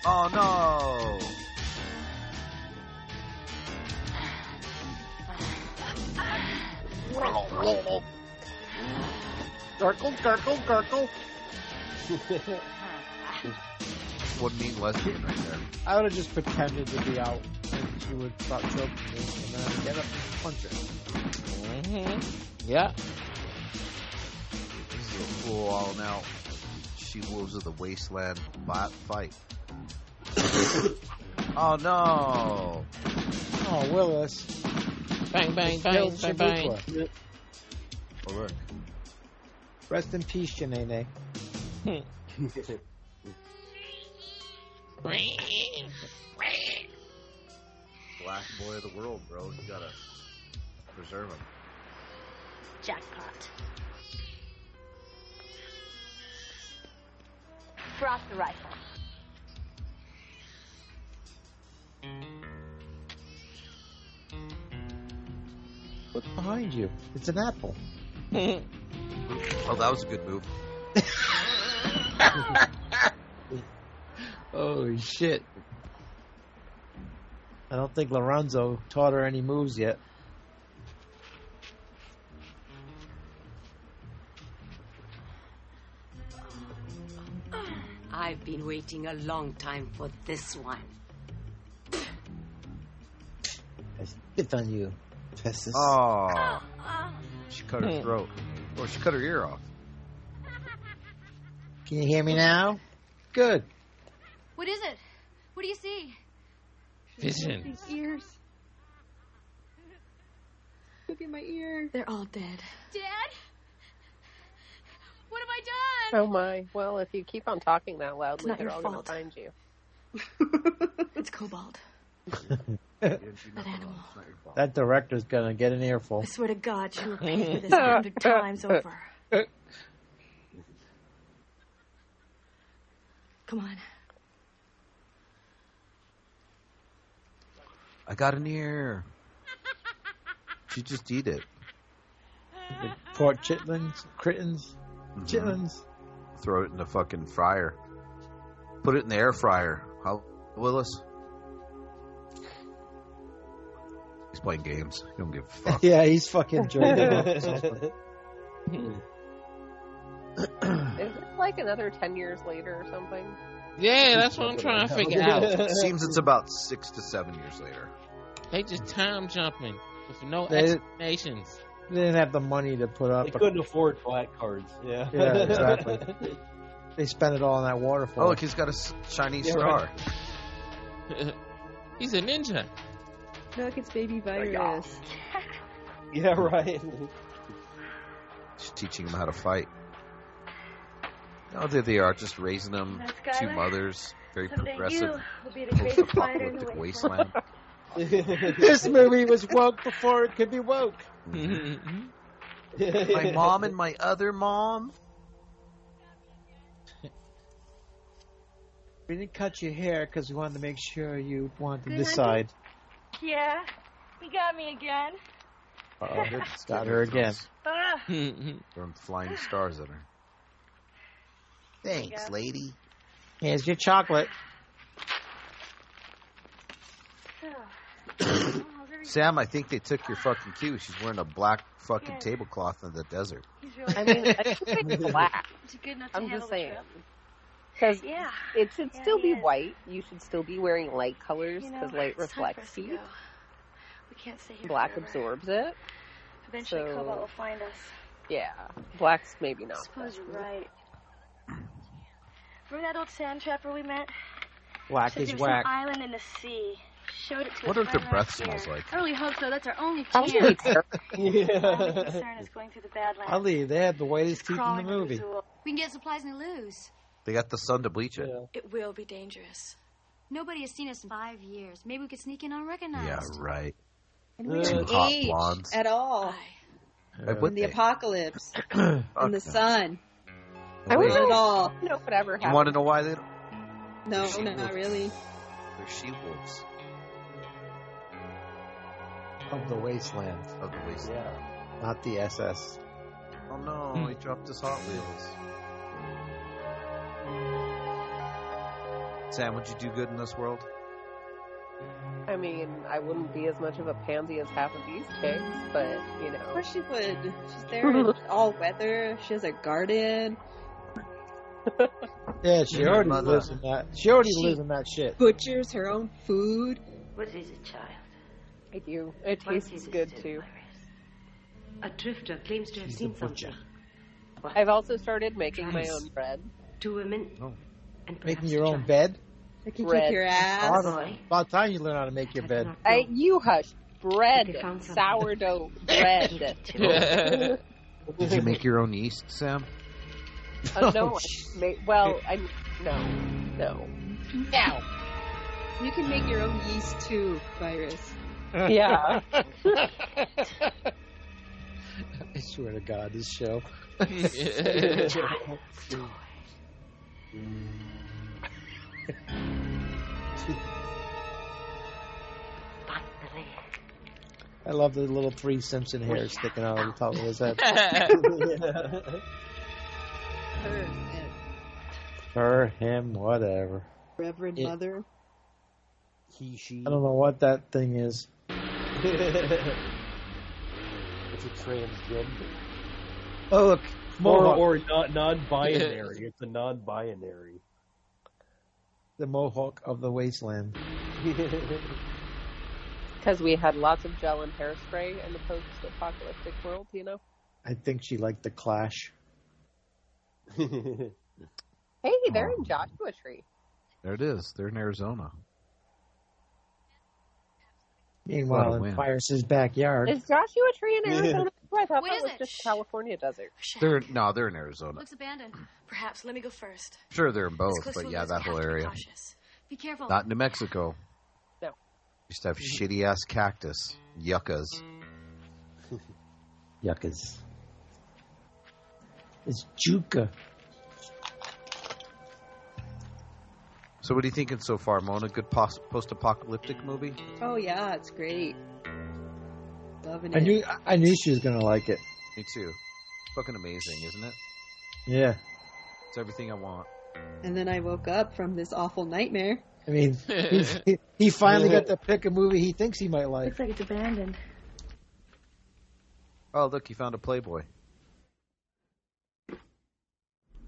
Oh no.
Gurgle, gurgle, gurgle.
One mean lesbian right there.
I would have just pretended to be out, and she would stop choking me, and then I'd get up and punch her.
Mm-hmm.
hmm Yeah.
This is a full all out. She wolves of the wasteland bot fight. oh no!
Oh, Willis.
Bang, bang,
Bill
bang, bang, bang.
Chabuka.
Oh, look.
Rest in peace, Janene.
Hmm. Black boy of the world, bro. You gotta preserve him.
Jackpot. Drop the rifle.
What's behind you? It's an apple.
Oh, that was a good move.
Oh shit. I don't think Lorenzo taught her any moves yet.
I've been waiting a long time for this one.
I spit on you. Pestis.
Oh, she cut
Hmm.
her throat, or she cut her ear off.
Can you hear me now? Good.
What is it? What do you see?
Vision.
These ears. Look at my ear. They're all dead.
Dad? What have I done?
oh my. Well, if you keep on talking that
It's
loudly,
not
they're
your
all going to
fault.
find you.
It's cobalt. That animal.
That director's gonna get an earful.
I swear to God, she will pay for this a hundred times over. Come on.
I got an ear. She just eat it.
The Port Chitlins, Crittins, Chitlins.
Mm-hmm. Throw it in the fucking fryer. Put it in the air fryer. How Willis? He's playing games. He don't give a fuck.
Yeah, he's fucking jerking off.
Is it like another 10 years later or something?
Yeah, that's what I'm trying to figure out.
Seems it's about six to seven years later.
They just time jumping with no
They-
explanations.
They didn't have the money to put up.
They
a-
couldn't afford black cards. Yeah.
Yeah, exactly. they spent it all on that
Oh,
waterfall.
look, he's got a s- Chinese
Yeah,
star.
right.
He's a ninja.
Look, it's baby virus.
yeah, right.
She's teaching them how to fight. Oh, there they are, just raising them.
That's
Two
Skylar.
mothers, very
Someday you
progressive
will be the greatest fighter in the
post-apocalyptic
wasteland.
wasteland.
this movie was woke before it could be woke.
Mm-hmm.
Mm-hmm.
my mom and my other mom.
We didn't cut your hair because we wanted to make sure you wanted
Good
this
hunting.
side.
Yeah, you got me again.
Uh-oh. Got her again.
Ugh.
Throwing flying stars at her.
Thanks,
lady.
Here's your chocolate.
Sam, I think they took your fucking cue. She's wearing a black fucking
Yeah.
tablecloth in the desert.
I mean, I think it's black.
Is it good enough to
I'm
handle
just
the
saying.
trip?
Because
Yeah.
it should
Yeah,
still
it
be
is.
white. You should still be wearing light colors
You know,
because light
it's time for us
reflects
to
heat.
go. We can't stay here
Black
forever.
absorbs it.
Eventually,
so-
Cobalt will find us.
Yeah. Black's maybe
I
not.
suppose you're right. Remember that old sand trapper we met?
Whack
Said
is
there was
whack.
An island in the sea. Showed it to
What
us
if their
right
breath
around here.
smells like?
I really hope so. That's our only
I'm
chance.
gonna be terrible.
My only
Yeah.
concern is going through the Badlands.
Ali, they had the whitest teeth in
Crawling
the
through
movie.
zoo.
We can get supplies and lose.
They got the sun to bleach it.
It will be dangerous.
Nobody has seen us in five years. Maybe we could sneak in
Yeah,
unrecognized.
right.
And we
Two
didn't
hot
age
blondes.
at all
Why would
in the
they?
apocalypse, in the sun.
I
Not
would-
at all.
No, whatever
You
happened.
want to know why they?
No,
She
no,
will.
not really.
They're she wolves
Of the wasteland,
of the wasteland.
not the SS.
Oh no, he dropped his Hot Wheels. Sam, would you do good in this world?
I mean, I wouldn't be as much of a pansy as half of these chicks, but you
Of
know,
course she would. She's there in all weather. She has a garden.
Yeah, she
Yeah,
already
mother.
lives in that. Uh, She already
She-
lives in that shit.
Butchers her own food.
What is it, child?
I do. It
What
tastes
is it,
good
dear
too.
Iris? A drifter claims to have seen something. What?
I've also started making my
Nice.
own bread.
Two women
Oh.
and perhaps
Making
a
your own
child.
bed.
They can
Bread.
kick your
Oh,
ass.
Awesome. About time you learn how to make your bed.
I, you hush. Bread,
They found something.
sourdough bread.
Yeah.
Did you make your own yeast, Sam?
Uh, no,
Oh,
I ma- well, I no, no, no.
You can make your own yeast too, virus.
Yeah.
I swear to God, this show.
Finally.
I love the little three Simpson hairs sticking out of the top of his head.
Her and
Her, him, whatever.
Reverend
Yeah.
Mother.
He, she.
I don't know what that thing is.
It's a transgender.
Oh look,
Or,
Mohawk.
or non, non-binary. It's a non-binary.
the Mohawk of the wasteland.
Because we had lots of gel and hairspray in the post-apocalyptic world, you know.
I think she liked the Clash.
Hey, they're
Oh.
in Joshua Tree.
There it is. They're in Arizona. Lot
Meanwhile,
of
in
wind.
Pyrus's backyard.
Is Joshua Tree in
Yeah.
Arizona? too? I thought
What
that
is
was
it?
just
Shh.
California desert.
Shit.
They're no, they're in Arizona.
Looks abandoned.
Perhaps. Let me go first.
Sure, they're in
It's
both,
close
but
to
yeah,
woods,
that
we
whole
have to be
area.
cautious. Be careful.
Not New Mexico.
No.
Used to have shitty ass cactus yuccas.
Yuckas. It's Juca.
So, what are you thinking so far, Mona? Good pos- post-apocalyptic movie?
Oh yeah, it's great. Loving
I
it.
knew I knew she was gonna like it.
Me too. It's fucking amazing, isn't it?
Yeah.
It's everything I want.
and then I woke up from this awful nightmare.
I mean, he, he- he finally got to pick a movie he thinks he might like.
Looks like it's abandoned.
Oh, look, he found a Playboy.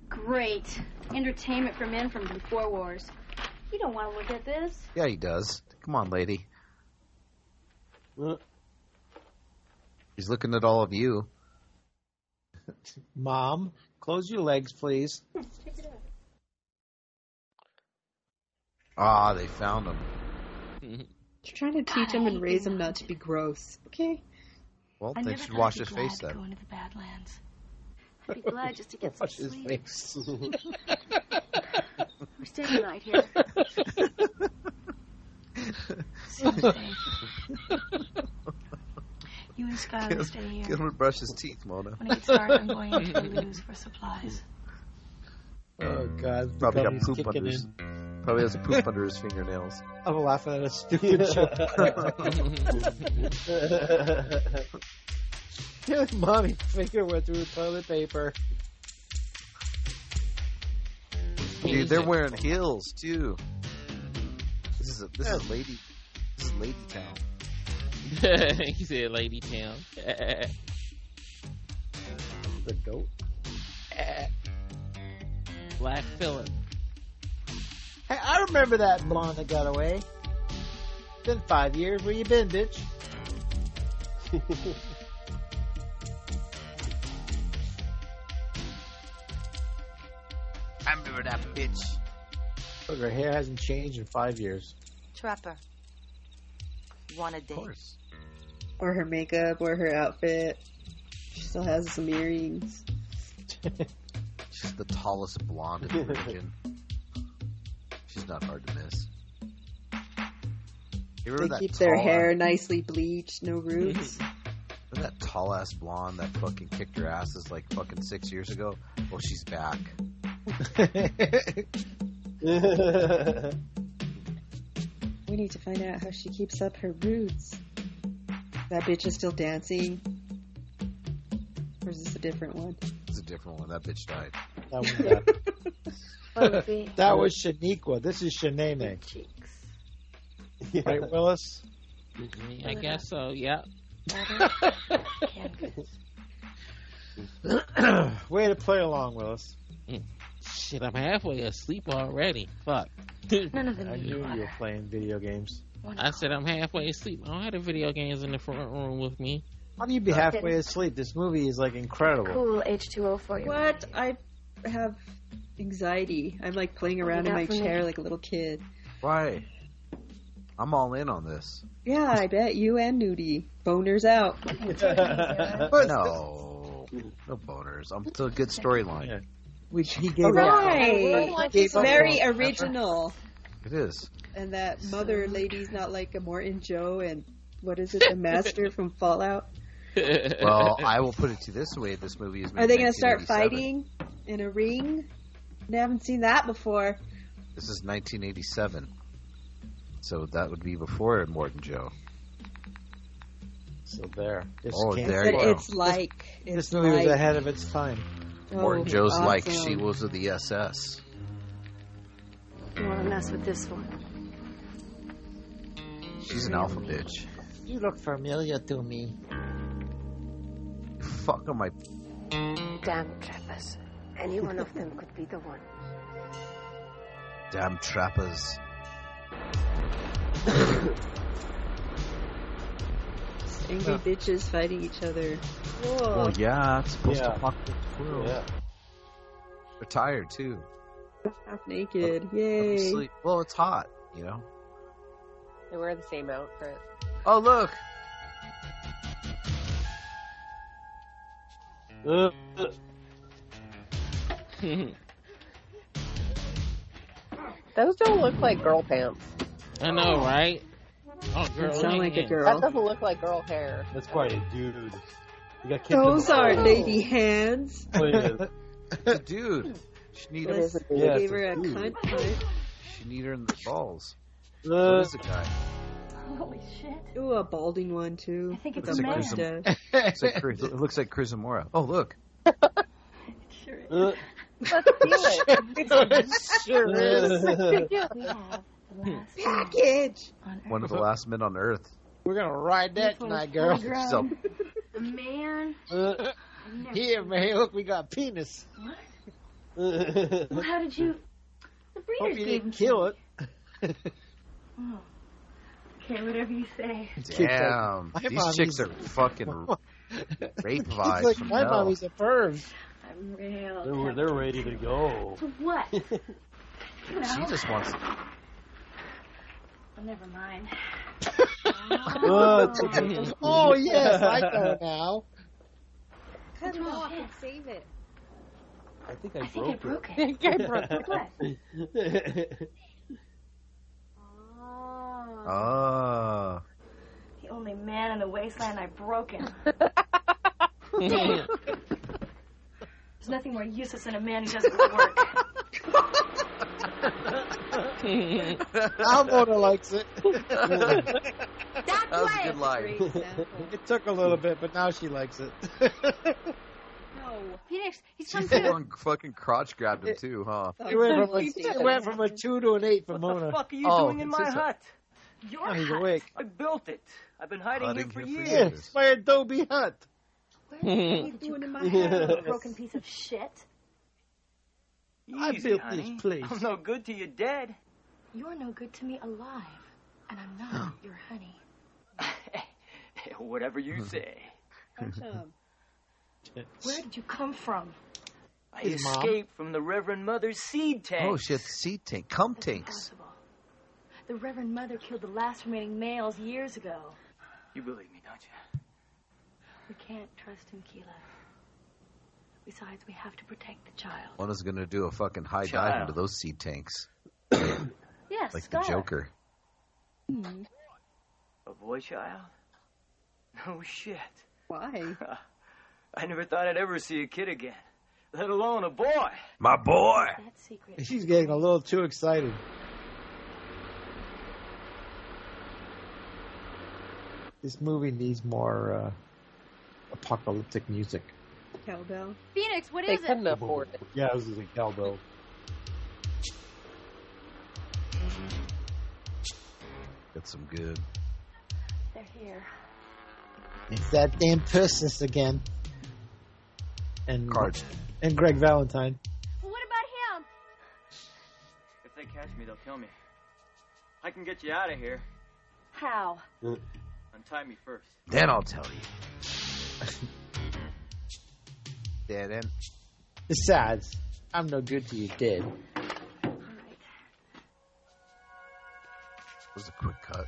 Great. Entertainment for men from before wars.
You don't want to look at this.
Yeah, he does. Come on, lady. He's looking at all of you.
Mom, close your legs, please.
Ah, they found him.
You're trying to teach him and raise him not to be gross. Okay.
Well,
I
they
never
should
thought
wash
I'd be
his face
glad to
then.
Go into the Badlands. I'd be glad just to get some
Watch his
sleep.
face.
We're staying the night here.
You and Skylar
Gil-
stay here.
Gilbert brushed his teeth, Mona.
When it gets dark, I'm going into the loos for supplies.
Oh God,
Mm, Probably got
Gubby's
poop
kicking
under his,
in.
probably has poop under his fingernails.
I'm laughing at a stupid joke. Dude, mommy's finger went through toilet paper.
Dude, they're wearing heels too. This is a, this is lady this is lady town.
he said, "Lady Town."
The goat.
Black Phillip.
Hey, I remember that blonde that got away. Been five years. Where you been, bitch?
I remember that bitch.
Look, her hair hasn't changed in five years.
Trapper. Want a date? Of course.
Or her makeup, or her outfit. She still has some earrings.
She's the tallest blonde in the region. She's not hard to miss. You
They
remember
keep
that
their
tall
hair nicely bleached, no roots.
Remember that tall ass blonde that fucking kicked her asses like fucking six years ago? Well, she's back.
we
need to find out how she keeps up her roots. That bitch is still dancing. Or is this a different one?
It's a different one. That bitch died.
That was, that was Shaniqua. This is Shanene. Right, Willis?
I guess so. Yeah.
Way to play along, Willis.
Hmm. Shit, I'm halfway asleep already. Fuck.
None of them I knew you were playing video games.
I said I'm halfway asleep. I don't have the video games in the front room with me.
How do you be
Okay.
halfway asleep? This movie is like incredible.
H2O for you. What? I have anxiety. I'm like playing around in
got
my
for me?
chair like a little kid.
Why? I'm all in on this.
Yeah, I bet you and Nudie. Boners out.
no. No boners. I'm it's a good storyline.
We, he gave
Right.
up.
It's
Gave up
very
on-
original.
It is.
And that mother lady's not like a Morton Joe and what is it, the master from Fallout?
Well, I will put it to this way: this movie is. made
Are they
in
going to start
1987.
fighting in a ring? I haven't seen that before.
This is 1987, so that would be before Morton Joe.
So there. It's
Oh,
can't-
there you go.
It's like
This
it's
movie was
like-
ahead of its time.
Morton
Oh,
Joe's like
awesome.
she was of the E SS.
You want to mess with this one?
She's an alpha bitch.
You look familiar to me.
Fuck on my.
Damn trappers. Any one of them could be the one.
Damn trappers.
Angry bitches fighting each other. Whoa.
Well, yeah, it's supposed
Yeah.
to fuck with the world. They're tired too.
Half naked.
Let them
Yay.
sleep. Well, it's hot, you know.
They wear the same outfit.
Oh look,
Those don't look like girl pants.
I know, right? Oh, girl,
Doesn't sound
look
like a
at
girl.
That doesn't look like girl hair.
That's quite a dude. You got kicked in
Those
the
aren't
balls.
lady hands.
Oh, yeah.
it's a dude. She need her.
Unless you
Yeah,
gave
it's a
her a
dude.
cunt punch.
She need her in the balls.
Uh.
what is a guy?
Holy shit.
Ooh, a balding one too. I
think it's
Looks
a
like
man.
Chris- looks like Chris- it looks like Chris Amora. Oh look, Uh,
Let's do it.
sure
We have the last
Package.
one of the last men on Earth.
We're gonna ride that
Before
tonight,
it's
girl.
fully grown.
So
The man.
Uh, here, man. Hey, look, we got penis.
What? Well,
Hope
how did you? The breeders
you
gave him
didn't kill it.
Oh. Okay, whatever you say.
damn,
My
Um, these chicks
mommy's-
are fucking rape vibes.
It's like
from
my
hell.
mommy's a perv.
I'm real.
They were- They're ready to go.
To what?
She just wants.
Oh, never mind.
Oh, it's-
Oh yes, I know now.
Cut it
Oh,
off
yeah.
and save it.
I think
I
I
think I
broke
broke
it.
it.
I broke
What?
it.
Oh,
Ah.
The only man in the wasteland I've broken. There's nothing more useless than a man who doesn't work.
Almona likes it.
That was a good line.
it took a little bit, but now she likes it.
No. Phoenix, he's
She
come to.
fucking, fucking crotch grabbed him too, huh?
It went from, like, it went from a two to an eight for Mona.
fuck are you
Oh,
doing in
it's
my
his-
hut? Your
Oh, he's
hut.
awake.
I built it. I've been hiding,
Hiding
here for
here
years.
for
Yeah, it's my Adobe hut.
What are you doing in my house, you broken piece of shit?
I
Easy,
built
honey.
this place.
I'm no good to you dead.
You're no good to me alive, and I'm not your honey.
Whatever you say.
Where did you come from?
I
His mom.
escaped from the Reverend Mother's seed tank.
Oh shit, sea tank, cum tanks.
The Reverend Mother killed the last remaining males years ago.
You believe me, don't you?
We can't trust him, Keela. Besides, we have to protect the child.
Mona's gonna do a fucking high dive
Child.
into those sea tanks,
Yes,
like the
Skylar.
Joker.
Hmm.
A boy child? No Oh, shit.
Why?
I never thought I'd ever see a kid again, let alone a boy.
My boy.
That secret.
She's getting a little too excited. This movie needs more uh, apocalyptic music.
Cowbell.
Phoenix, what
They
is it?
couldn't afford it.
Yeah, this is a cowbell.
Got some good.
They're here.
It's that damn Persis again. And
Cards.
and Greg Valentine.
Well, what about him?
If they catch me, they'll kill me. I can get you out of here.
How?
Untie me first.
Then I'll tell you. Dead end.
Besides, I'm no good to you, dead.
All right.
was a quick cut.
All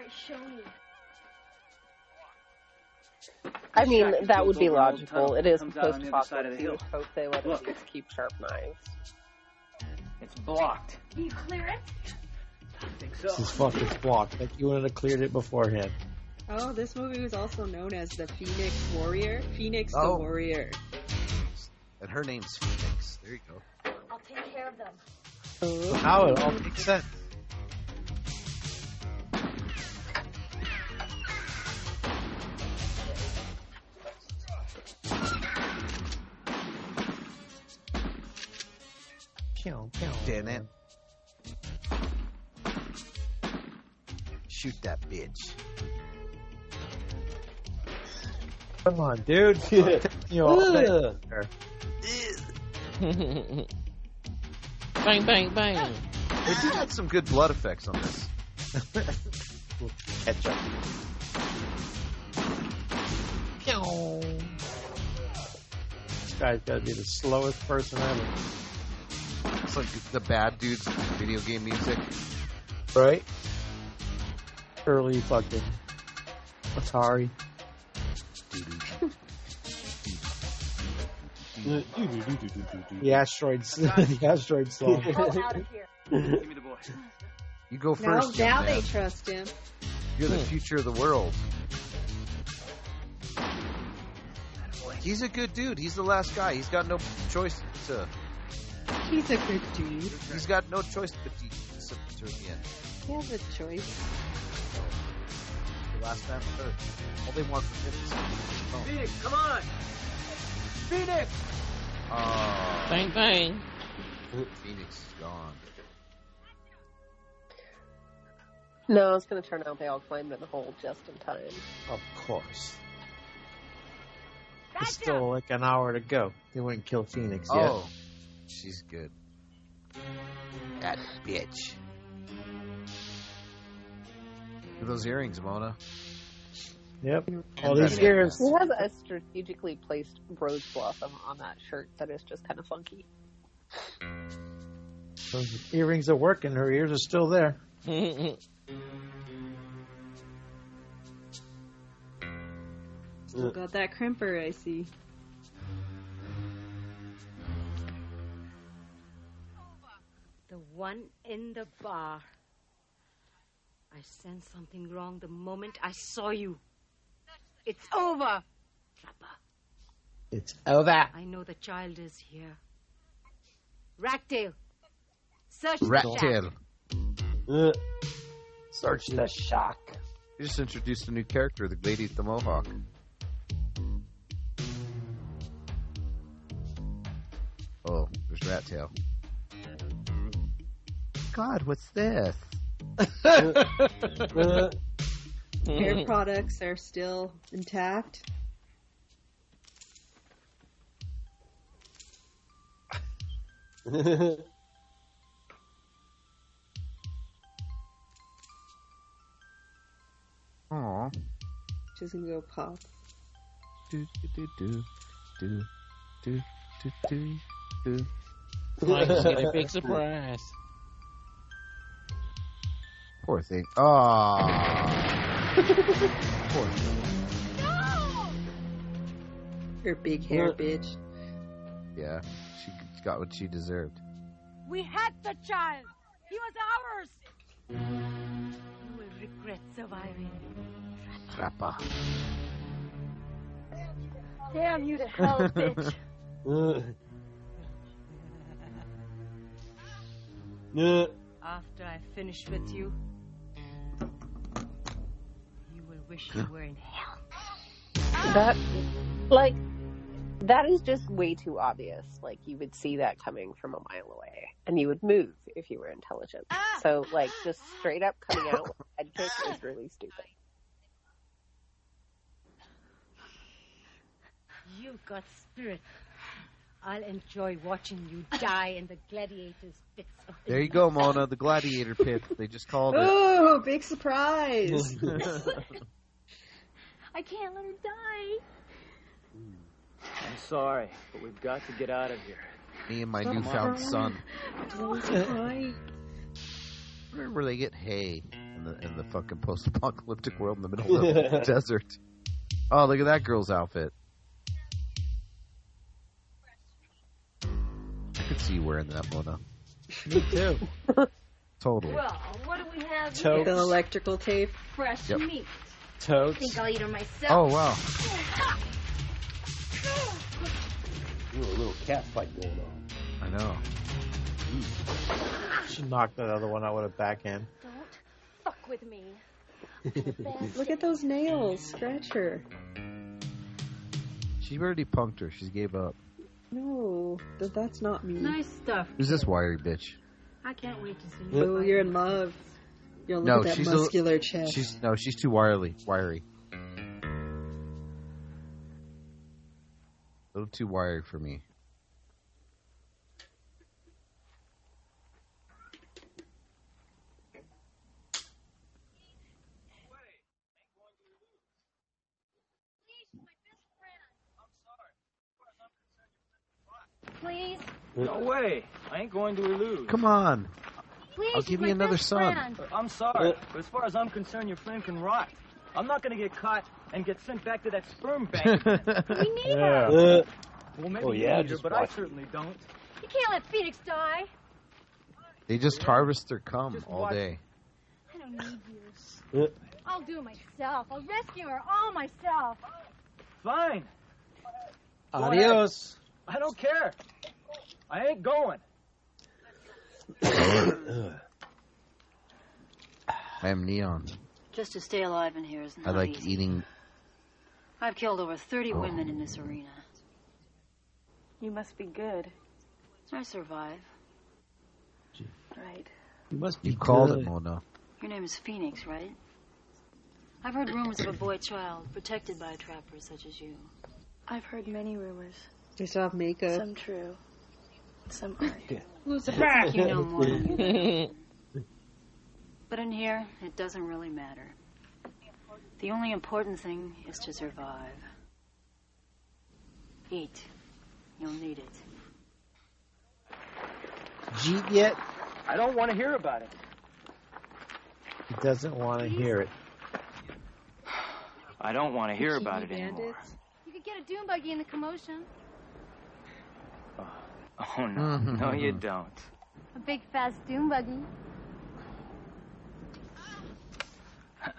right, show me.
I mean, that would be
Over old
logical.
tunnel
It is
comes out on the other side of
post-apocalyptic.
the
You
hill.
would hope they let us
Look.
use keep sharp knives.
It's blocked.
Can you clear it?
I think
This is
so.
fucking blocked. Like you wouldn't have cleared it beforehand.
Oh, this movie was also known as the Phoenix Warrior. Phoenix
Oh.
the Warrior.
And her name's Phoenix. There you go.
I'll take care of them.
How it all makes sense. Pew, pew.
Dead end. Shoot that bitch.
Come on, dude. you
Ugh.
know,
bang, bang, bang.
They did have some good blood effects on this.
ketchup.
Pew.
This guy's got to be the slowest person ever.
It's like the bad dude's video game music.
Right? Early fucking Atari. The asteroids. the asteroid song.
All out of here.
Give me the boy.
You go
Now,
first. young
now they
man.
trust him.
You're the future of the world. He's a good dude. He's the last guy. He's got no choice to.
He's a good dude.
He's got no choice but to sip to the end.
He has a choice.
The last man on earth. All they want from him is. Oh.
Phoenix, come on! Phoenix!
Aw.
Bang, bang.
Oh. Phoenix is gone.
No, it's going to turn out they all climbed in the hole just in time.
Of course. There's
That's
still like an hour to go. They wouldn't kill Phoenix yet.
Oh, she's good. That bitch. Look at those earrings, Mona.
Yep.
And
All
that
these
man.
years.
He has a strategically placed rose blossom on that shirt that is just kind of funky.
Those earrings are working. Her ears are still there.
Still got that crimper, I see.
The one in the bar.
I sensed something wrong the moment I saw you. It's over, Trapper.
It's
Oh,
over.
I know the child is here. Ragtail, search the
Rat-tail.
shack.
Uh,
Search the shock.
You just introduced a new character, the lady at the mohawk. Oh, there's Rat Tail. God, what's this?
Hair products are still intact.
Aw.
She's gonna go pop.
Do, do, do, do, do, do, do, do.
Mike's getting a big surprise.
Poor thing. Ah. Poor thing.
Her big hair,
Uh.
bitch.
Yeah, she got what she deserved.
We had the child. He was ours. You will regret surviving.
Trappa.
Damn you to hell, bitch. After I finish with you, you will wish you were in hell.
That, like, that is just way too obvious. Like, you would see that coming from a mile away, and you would move if you were intelligent. So, like, just straight up coming out with a head kick is really stupid.
You've got spirit. I'll enjoy watching you die in the gladiator's pits. of
There you go, Mona, the gladiator pit. They just called it.
Ooh, Oh, big surprise!
I can't let her die.
I'm sorry, but we've got to get out of here.
Me and my newfound son. Remember where they get hay in the, in the fucking post apocalyptic world in the middle of the desert. Oh, look at that girl's outfit. I could see you wearing that, Mona.
Me too.
Totally.
Well, what do we have
The
Totes.
here?
electrical tape.
Fresh
Yep.
meat. I think
Totes.
I'll eat her myself.
Oh, wow.
Ooh, a little cat fight going on.
I know.
Hmm. She knocked that other one out with a backhand.
Don't fuck with me.
Look at those nails. Scratch her.
She already punked her. She gave up.
No, th- that's not me.
Nice stuff.
Who's this wiry bitch?
I can't wait to see you.
Oh, you're in love. You'll look
No,
at that
she's a-
muscular chest.
She's no, she's too wiry. Wiry. A little too wiry for me.
Please,
No way. I ain't going to elude.
Come on.
please.
I'll give
my
you another
best
son. Uh,
friend.
Uh, I'm sorry, but as far as I'm concerned, your friend can rot. I'm not going to get caught and get sent back to that sperm bank.
We need her.
Uh,
well, maybe
Oh,
you
yeah,
need her,
just
but I
watch.
certainly don't.
You can't let Phoenix die.
They just harvest their cum all
watch.
day.
I don't need you.
Uh.
I'll do it myself. I'll rescue her all myself.
Fine.
Adios.
I don't care. I ain't going.
I am neon.
Just to stay alive in here is
I
not
like
easy.
eating.
I've killed over 30 women in this arena.
You must be good.
I survive.
Right.
You must be
You called it,
good.
Mona.
Your name is Phoenix, right? I've heard rumors of a boy child protected by trappers such as you.
I've heard many rumors.
They still have makeup.
Some true, some aren't.
Lose it back, you know more than
Mm,
you. But in here, it doesn't really matter. The only important thing is to survive. Eat. You'll need it.
Jeep yet?
I don't want to hear about it.
He doesn't want to hear it.
I don't want to hear about it
Cheeky
anymore.
bandits.
You could get a doom buggy in the commotion.
Oh, no.
Mm-hmm.
no, you don't.
A big fast doom buggy.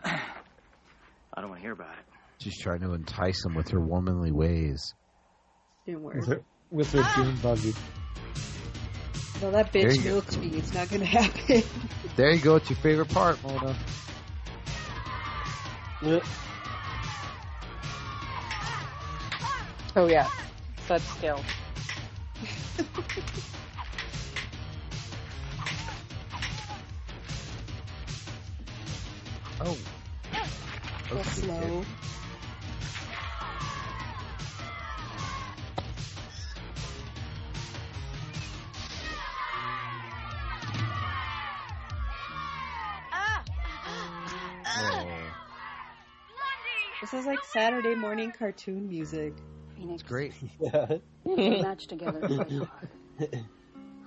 I don't want to hear about it.
She's trying to entice him with her womanly ways.
Didn't work.
With her, with
Ah.
her dune buggy.
Well, that
There
bitch
you go.
milked me. It's not gonna happen.
There you go. It's your favorite part, Mona.
Oh yeah, such skill.
Oh.
Well, slow. This is like Saturday morning cartoon music.
Phoenix,
Great.
we matched together quite hard.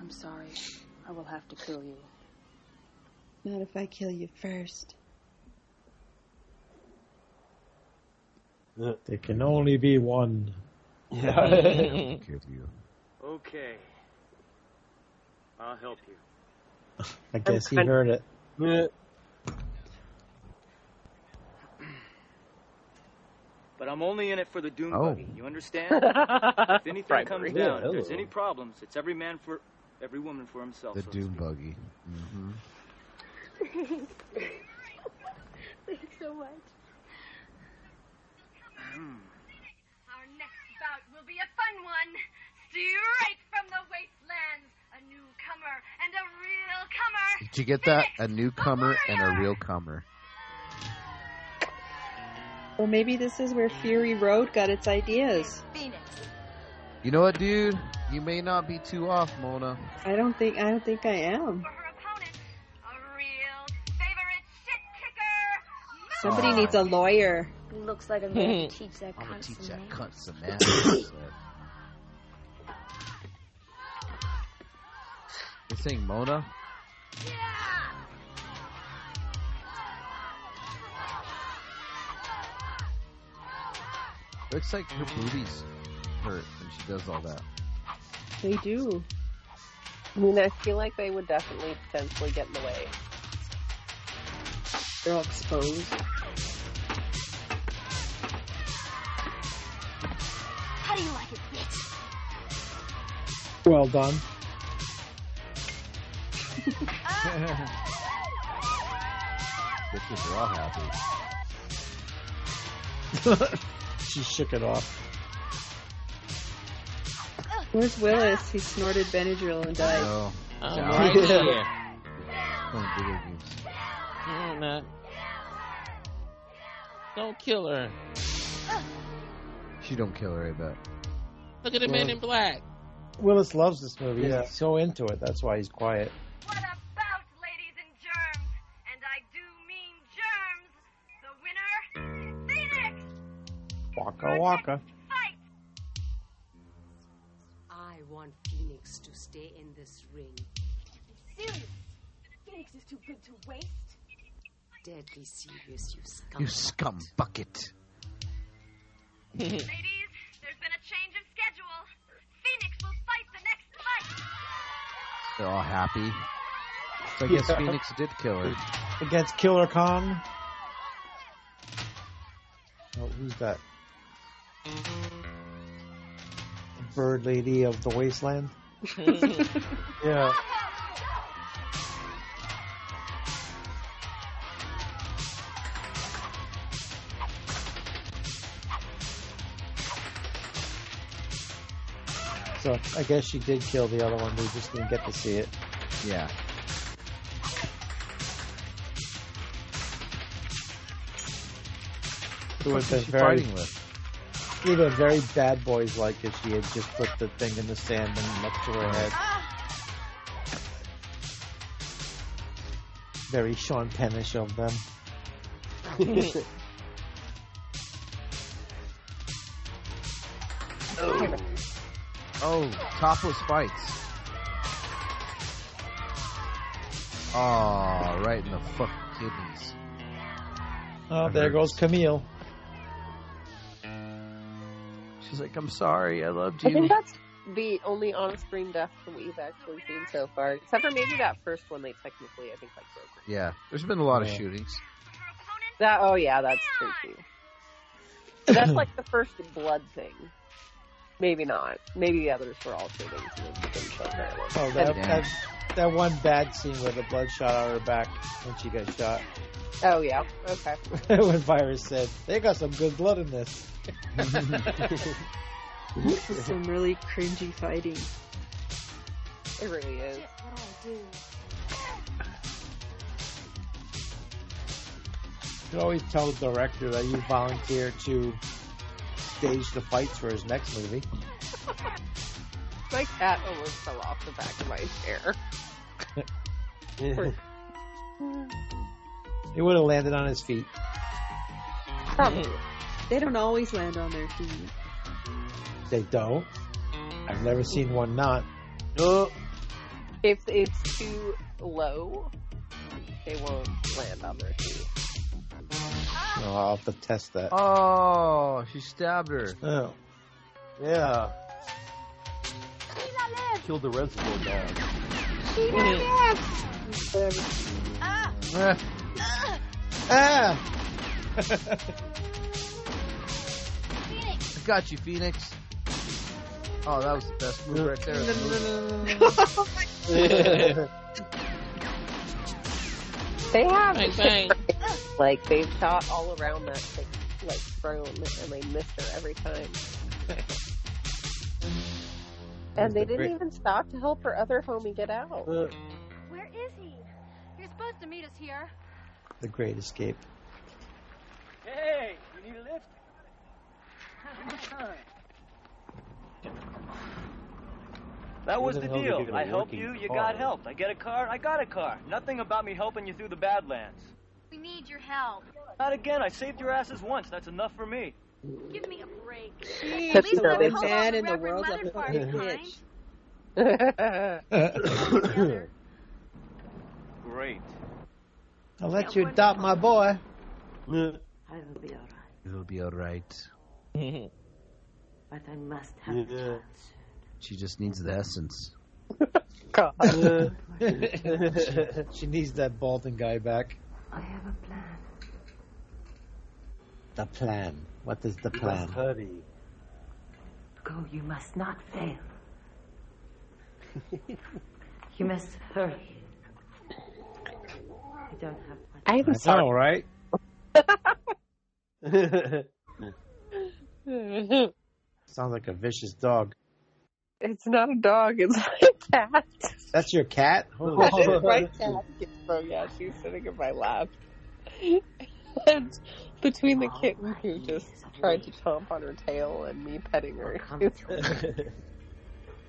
I'm sorry. I will have to kill you.
Not if I kill you first.
There can only be one.
Yeah. Give you.
Okay. I'll help you.
I guess he heard it.
But I'm only in it for the Doom
Oh.
Buggy. You understand? if anything
Bribery.
comes down,
Yeah,
if there's
hello.
any problems, it's every man for every woman for himself.
The
so to
doom
speak.
buggy. hmm
Thanks so much.
Our next bout will be a fun one. Straight from the wastelands, a newcomer and a real comer.
Did you get that? A newcomer and a real comer.
Or maybe this is where Fury Road got its ideas.
You know what, dude? You may not be too off, Mona.
I don't think I don't think I am. Somebody
Aw.
needs a lawyer.
Looks like I'm going to teach that
I'ma
cunt
teach
some
that
manners.
cunt some manners. You're saying Mona? Looks like her boobies hurt when she does all that.
They do.
I mean, I feel like they would definitely potentially get in the way.
They're all exposed.
How do you like it, bitch?
Well done.
Ah!
Bitches are all happy.
she shook it off.
Where's Willis? He snorted Benadryl and died.
Oh.
I'm
Yeah.
right here.
Playing video games.
No, I'm not. Don't kill her.
She don't kill her, I bet.
Look at the man in black.
Willis loves this movie. He's so into it. That's why he's quiet.
What about ladies and germs? And I do mean germs. The winner is Phoenix.
Waka waka.
I want Phoenix to stay in this ring.
Serious. Phoenix is too good to waste.
Deadly serious, you scum.
You scum bucket.
Ladies, there's been a change of schedule. Phoenix will fight the next fight.
They're all happy. So I guess
Yeah.
Phoenix did kill her.
Against Killer Khan. Oh, who's that? Bird Lady of the Wasteland. yeah. So I guess she did kill the other one. We just didn't get to see it.
Yeah.
It was
Who's
a
she
very,
fighting with?
it was very bad boys like if she had just put the thing in the sand and up to her head. Very Sean Pennish of them.
Oh, topless fights. Oh, right in the fucking kidneys.
Oh, there goes Camille.
She's like, I'm sorry, I loved
I think
you.
that's the only on-screen death that we've actually seen so far, except for maybe that first one. They technically, I think, like broke.
Yeah, there's been a lot of shootings.
Her opponent
That oh yeah, that's creepy. That's like the first blood thing. Maybe not. Maybe the others were all shooting.
Oh, that, that, that one bad scene where the blood shot out her back when she got shot.
Oh yeah. Okay.
when Virus said, they got some good blood in this.
this is some really cringy fighting.
It really is.
You can always tell the director that you volunteer to stage the fights for his next movie.
My cat almost fell off the back of my chair.
He would have landed on his feet.
Probably.
They don't always land on their feet.
They don't. I've never seen one not.
Oh. If it's too low, they won't land on their feet.
Oh, I'll have to test that.
Oh, she stabbed her.
Oh. Yeah.
Sheila lives!
Killed the reservoir dog.
Sheila lives! Ah! Ah!
ah.
Phoenix!
I got you, Phoenix. Oh, that was the best move right there.
They have
Bang, bang.
like they've shot all around that thing, like throne, and they missed her every time. and they didn't even stop to help her other homie get out.
Where is he? You're supposed to meet us here.
the Great Escape.
Hey, you need a lift? That was the
Where the hell did you
deal.
get a
I help
working
you, you
car?
got helped. I get a car, I got a car. Nothing about me helping you through the Badlands.
We need your help.
Not again. I saved your asses once. That's enough for me.
Give me a break.
That's
At least
the
I'm
big
home
man in the
Reverend
world's up
Weatherford's
in the
kind.
ditch.
Great.
I'll let you adopt my
I
boy.
will be all right,
It'll be alright.
but I must have a
Yeah.
chance.
She just needs the essence.
she needs that balding guy back.
I have a plan.
The plan. What is the plan?
Hurry.
Go, you must not fail. you must hurry. I don't have much.
I am sorry.
All right.
it's
Sounds like a vicious dog.
not a dog. It's a cat.
That's your cat? Holy shit.
my cat gets thrown. Yeah, she's sitting in my lap. And between the kitten who just tried to chomp on her tail and me petting her, she's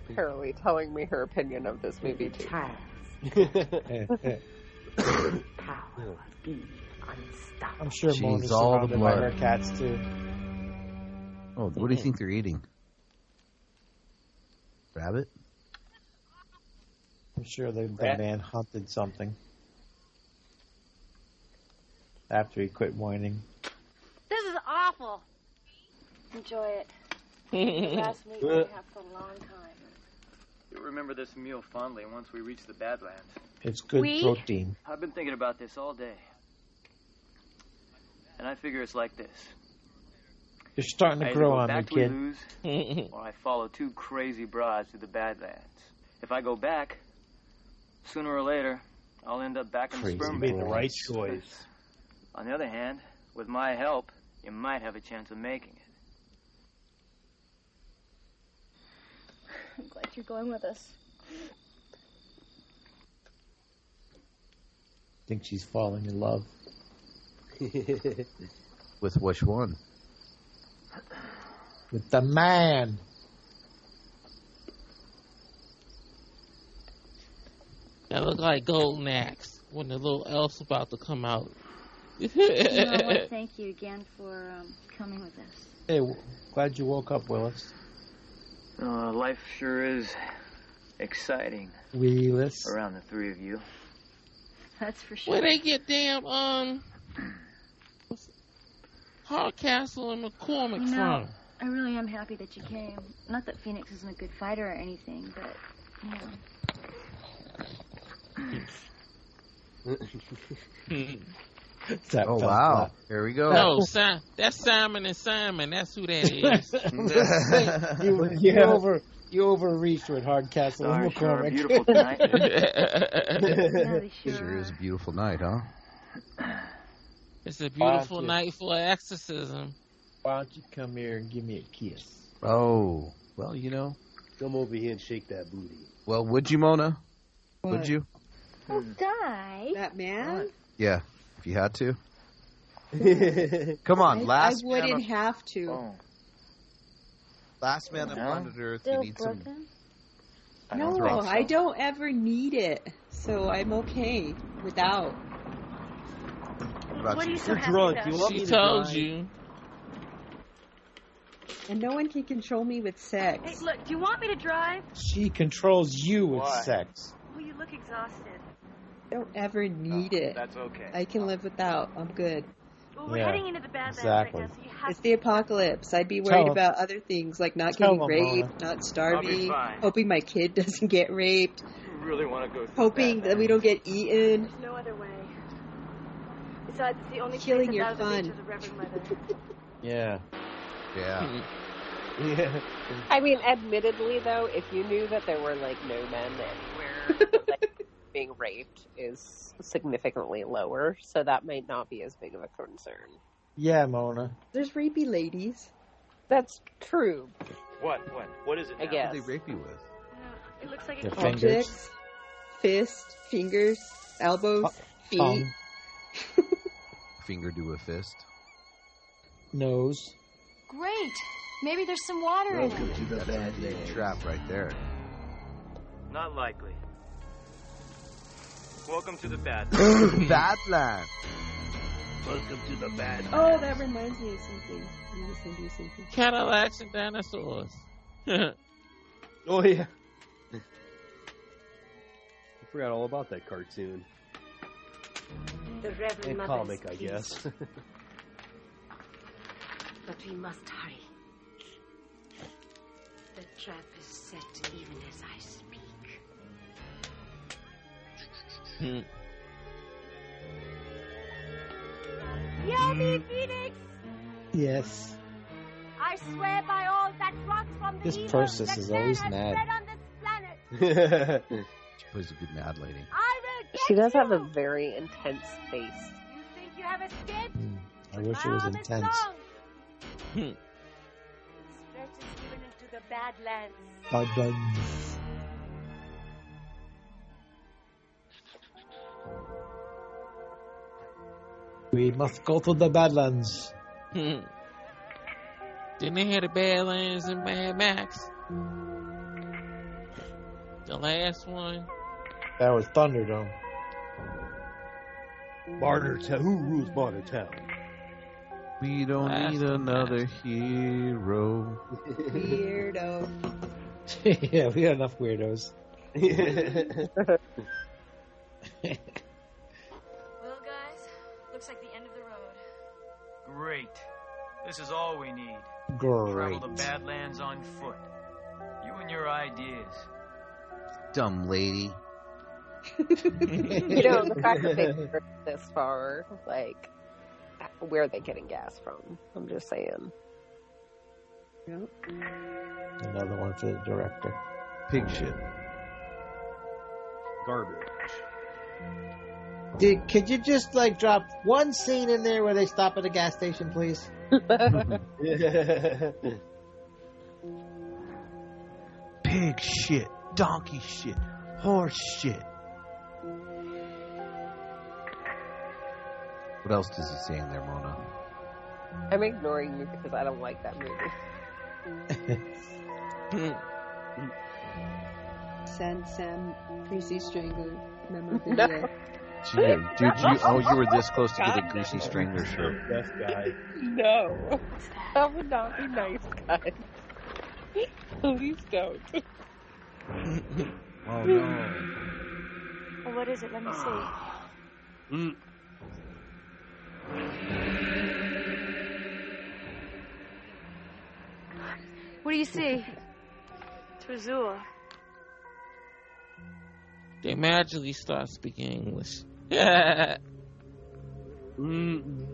apparently telling me her opinion of this movie too.
Tired. Power will be
I'm
unstoppable.
sure
She's
Mona's
all
surrounded by
blood.
her cats too.
Oh, what do you think they're eating? Rabbit?
I'm sure the, the
Rat.
man hunted something. After he quit whining.
This is awful.
Enjoy it. The last meeting we have for a long time.
You remember this meal fondly once we reach the Badlands.
It's good
We-
protein.
I've been thinking about this all day. And I figure it's like this.
You're starting
I
to
either
grow
go
on me,
back to
kid.
lose, or I follow two crazy broads through the Badlands. If I go back, sooner or later, I'll end up back in
Crazy
the
You
sperm
made
bank.
the right choice.
On the other hand, with my help, you might have a chance of making it.
I'm glad you're going with us.
think she's falling in love.
With which one?
With the man.
That look like Golden Axe when the little elf's about to come out.
You know, I want to thank you again for um, coming with us.
Hey, w- glad you woke up, Willis.
Uh, life sure is exciting
Willis.
around the three of you.
That's for sure.
Where they get damn um Hardcastle and McCormick
You know,
from?
I really am happy that you came. Not that Phoenix isn't a good fighter or anything, but you know,
Tap, oh, tap, Oh, wow. Tap. Here we go.
No, si- that's Simon and Simon. That's who that
is. you, you, yeah. over, you overreached with Hardcastle
Darn
and
sure,
McCormick.
beautiful tonight. Really
sure. sure is a beautiful night, huh?
It's a beautiful Bonch night for an exorcism.
Why don't you come here and give me a kiss?
Oh, well, you know.
Come over here and shake that booty.
Well, would you, Mona? What? Would you?
I'll die.
That man? What?
Yeah, if you had to. Come on,
I,
last.
I wouldn't
on,
have to. Oh.
Last man on planet Earth.
Still
you need
broken?
some.
I no,
don't
I don't ever need it, so I'm okay without.
about
What are
you?
you so
You're
happy
drunk.
about?
You want me
She
to
told
die?
you.
And no one can control me with sex.
Hey, look, do you want me to drive?
She controls you with
Why?
sex.
Well, you look exhausted.
I don't ever need it.
Oh, That's okay.
I can live without. I'm good.
Well, we're
Yeah,
heading into the Badlands
exactly.
right now, so you have
It's
to
the apocalypse. I'd be
Tell
worried
'em.
about other things like not
Tell
getting
'em,
raped,
Mona.
not starving,
fine.
hoping my kid doesn't get raped,
You really want to go through
hoping that we don't get eaten.
There's no other way. Besides, it's the only
Killing
place
your
that's out of the reach
fun.
of the Reverend Mother.
Yeah.
Yeah.
Yeah.
I mean, admittedly, though, if you knew that there were like no men anywhere, like, being raped is significantly lower, so that might not be as big of a concern.
Yeah, Mona.
There's rapey ladies.
That's true,
What? What? What is it?
I
now?
guess.
What do they rape you with?
It looks like
Your
it
fingers.
Objects, fist, fingers, elbows,
Oh,
feet,
Tongue.
Finger to a fist.
Nose.
Great. Maybe there's some water in it.
to the Badlands.
Trap right there.
Not likely. Welcome to the bad.
Badland.
Welcome to the Badlands.
Oh, that reminds me of something. I'm gonna send you something.
Cadillacs and dinosaurs.
Oh yeah. I forgot all about that cartoon
The Reverend
and
Mother
comic,
is
I
pleased,
guess.
But we must hurry. The trap is set even as I speak.
Hear me, Phoenix!
Yes.
I swear by all that rocks from the
This
evil
Persis
that
is
man
always
has
mad.
spread on this planet.
She plays a good mad lady.
I will get
She does
you.
have a very intense face.
You think you have escaped?
I wish it was
arm is
intense.
long.
Hmm.
Stretches even into the Badlands.
Bud buns. We must go to the Badlands.
Didn't they have the Badlands and Mad Max? The last one.
That was Thunderdome.
Barter Town. Who rules Barter Town?
We don't
Last
need another hero.
Weirdo.
yeah, we got enough weirdos.
Well, guys, looks like the end of the road.
Great. This is all we need.
Great.
Travel the Badlands on foot. You and your ideas.
Dumb lady.
You know, the fact that they were this far, like, where are they getting gas from? I'm just saying.
Another one for the director.
Pig shit.
Garbage.
Dude, could you just like drop one scene in there where they stop at a gas station, please?
Pig shit. Donkey shit. Horse shit. What else does he say in there, Mona?
I'm ignoring you because I don't like that movie.
Send Sam Greasy Strangler
No.
memorabilia.
Gee, dude, you, oh, you were this close to getting Greasy Strangler shirt.
Best guy.
No. That would not be nice, guys. Please don't.
Oh no.
Well, what is it? Let me see.
Mm.
What do you see? It's Razul.
They magically start speaking English. Yeah.
Mm.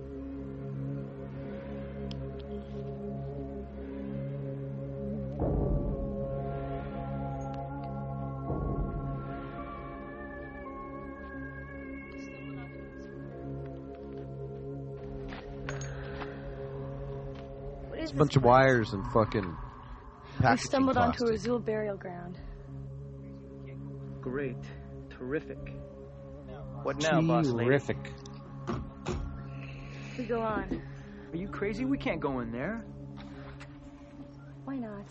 It's a bunch of wires and fucking.
We
packaging
stumbled onto
plastic.
Azul burial ground.
Great. Terrific. What now, boss lady?
Terrific.
We go on.
Are you crazy? We can't go in there.
Why not?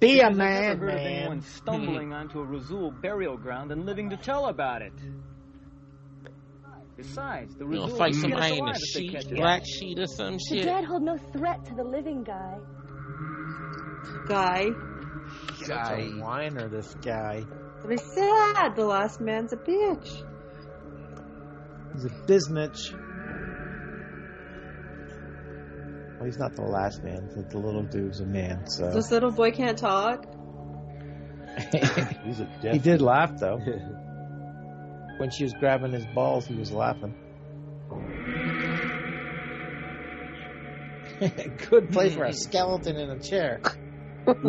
Because I've never heard of anyone stumbling onto a Razul burial ground and living to tell about it. Besides, the
You
Razul
gonna fight somebody in a sheet, black sheet or some
The
shit?
dead hold no threat to the living guy.
Guy.
Such a whiner, this guy.
But it's sad. The last man's a bitch.
He's a biznitch. Well, he's not the last man. The, the little dude's a man, so
This little boy can't talk.
he's a
he did laugh though. when she was grabbing his balls, he was laughing. Good play for a skeleton in a chair. Look,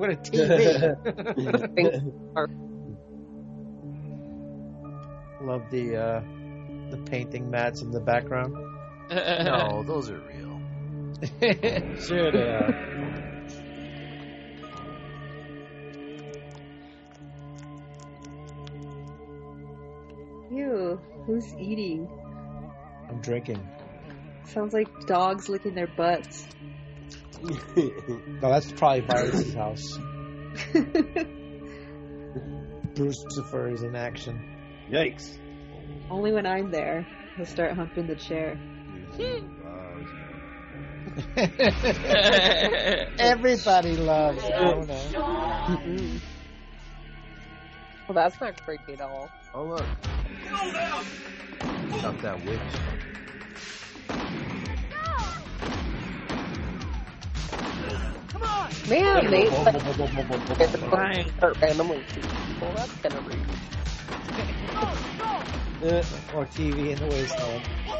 what a TV! Love the uh, the painting mats in the background.
no, those are real.
sure they are.
Ew. Who's eating?
I'm drinking.
Sounds like dogs licking their butts.
no, that's probably Virus's house. Brucifer is in action.
Yikes.
Only when I'm there, he'll start humping the chair.
Everybody loves Jonah.
Mm-mm.
Well, that's not creepy at all.
Oh look, not that witch.
Man, they like, get the flying start randomly. shooting people. that's kind of rude.
Uh, or TV in the waistline.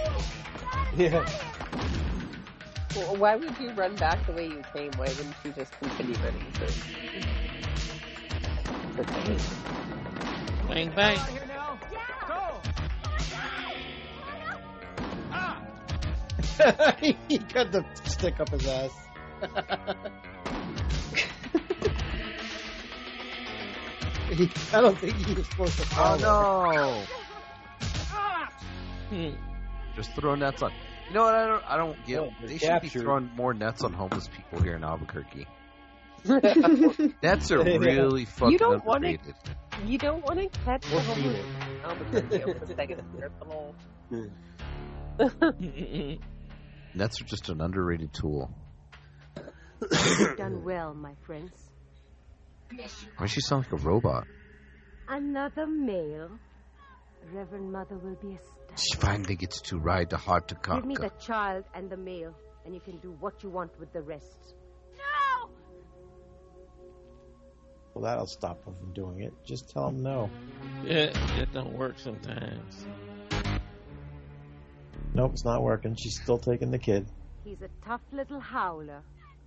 Yeah.
Well, why would you run back the way you came? Why wouldn't you just continue running?
Bang bang.
he got the stick up his ass. He- I don't think he was supposed to
Oh
follow.
no! Just throw nets on. You know what? I don't. I don't get.
Oh, they're
they should be
captured.
throwing more nets on homeless people here in Albuquerque. Nets are really fucking
You don't wanna-
underrated.
You don't want to catch the
Or
whole
feed it.
Albuquerque over the second or the whole.
Nets are just an underrated tool.
Done well, my friends.
Why does she sound like a robot?
Another male. Reverend Mother will be astonished.
She finally gets to ride the hard to
Give me
conquer.
the child and the male, and you can do what you want with the rest.
No!
Well, that'll stop him from doing it. Just tell him no.
Yeah, that don't work sometimes.
Nope, it's not working. She's still taking the kid.
He's a tough little howler.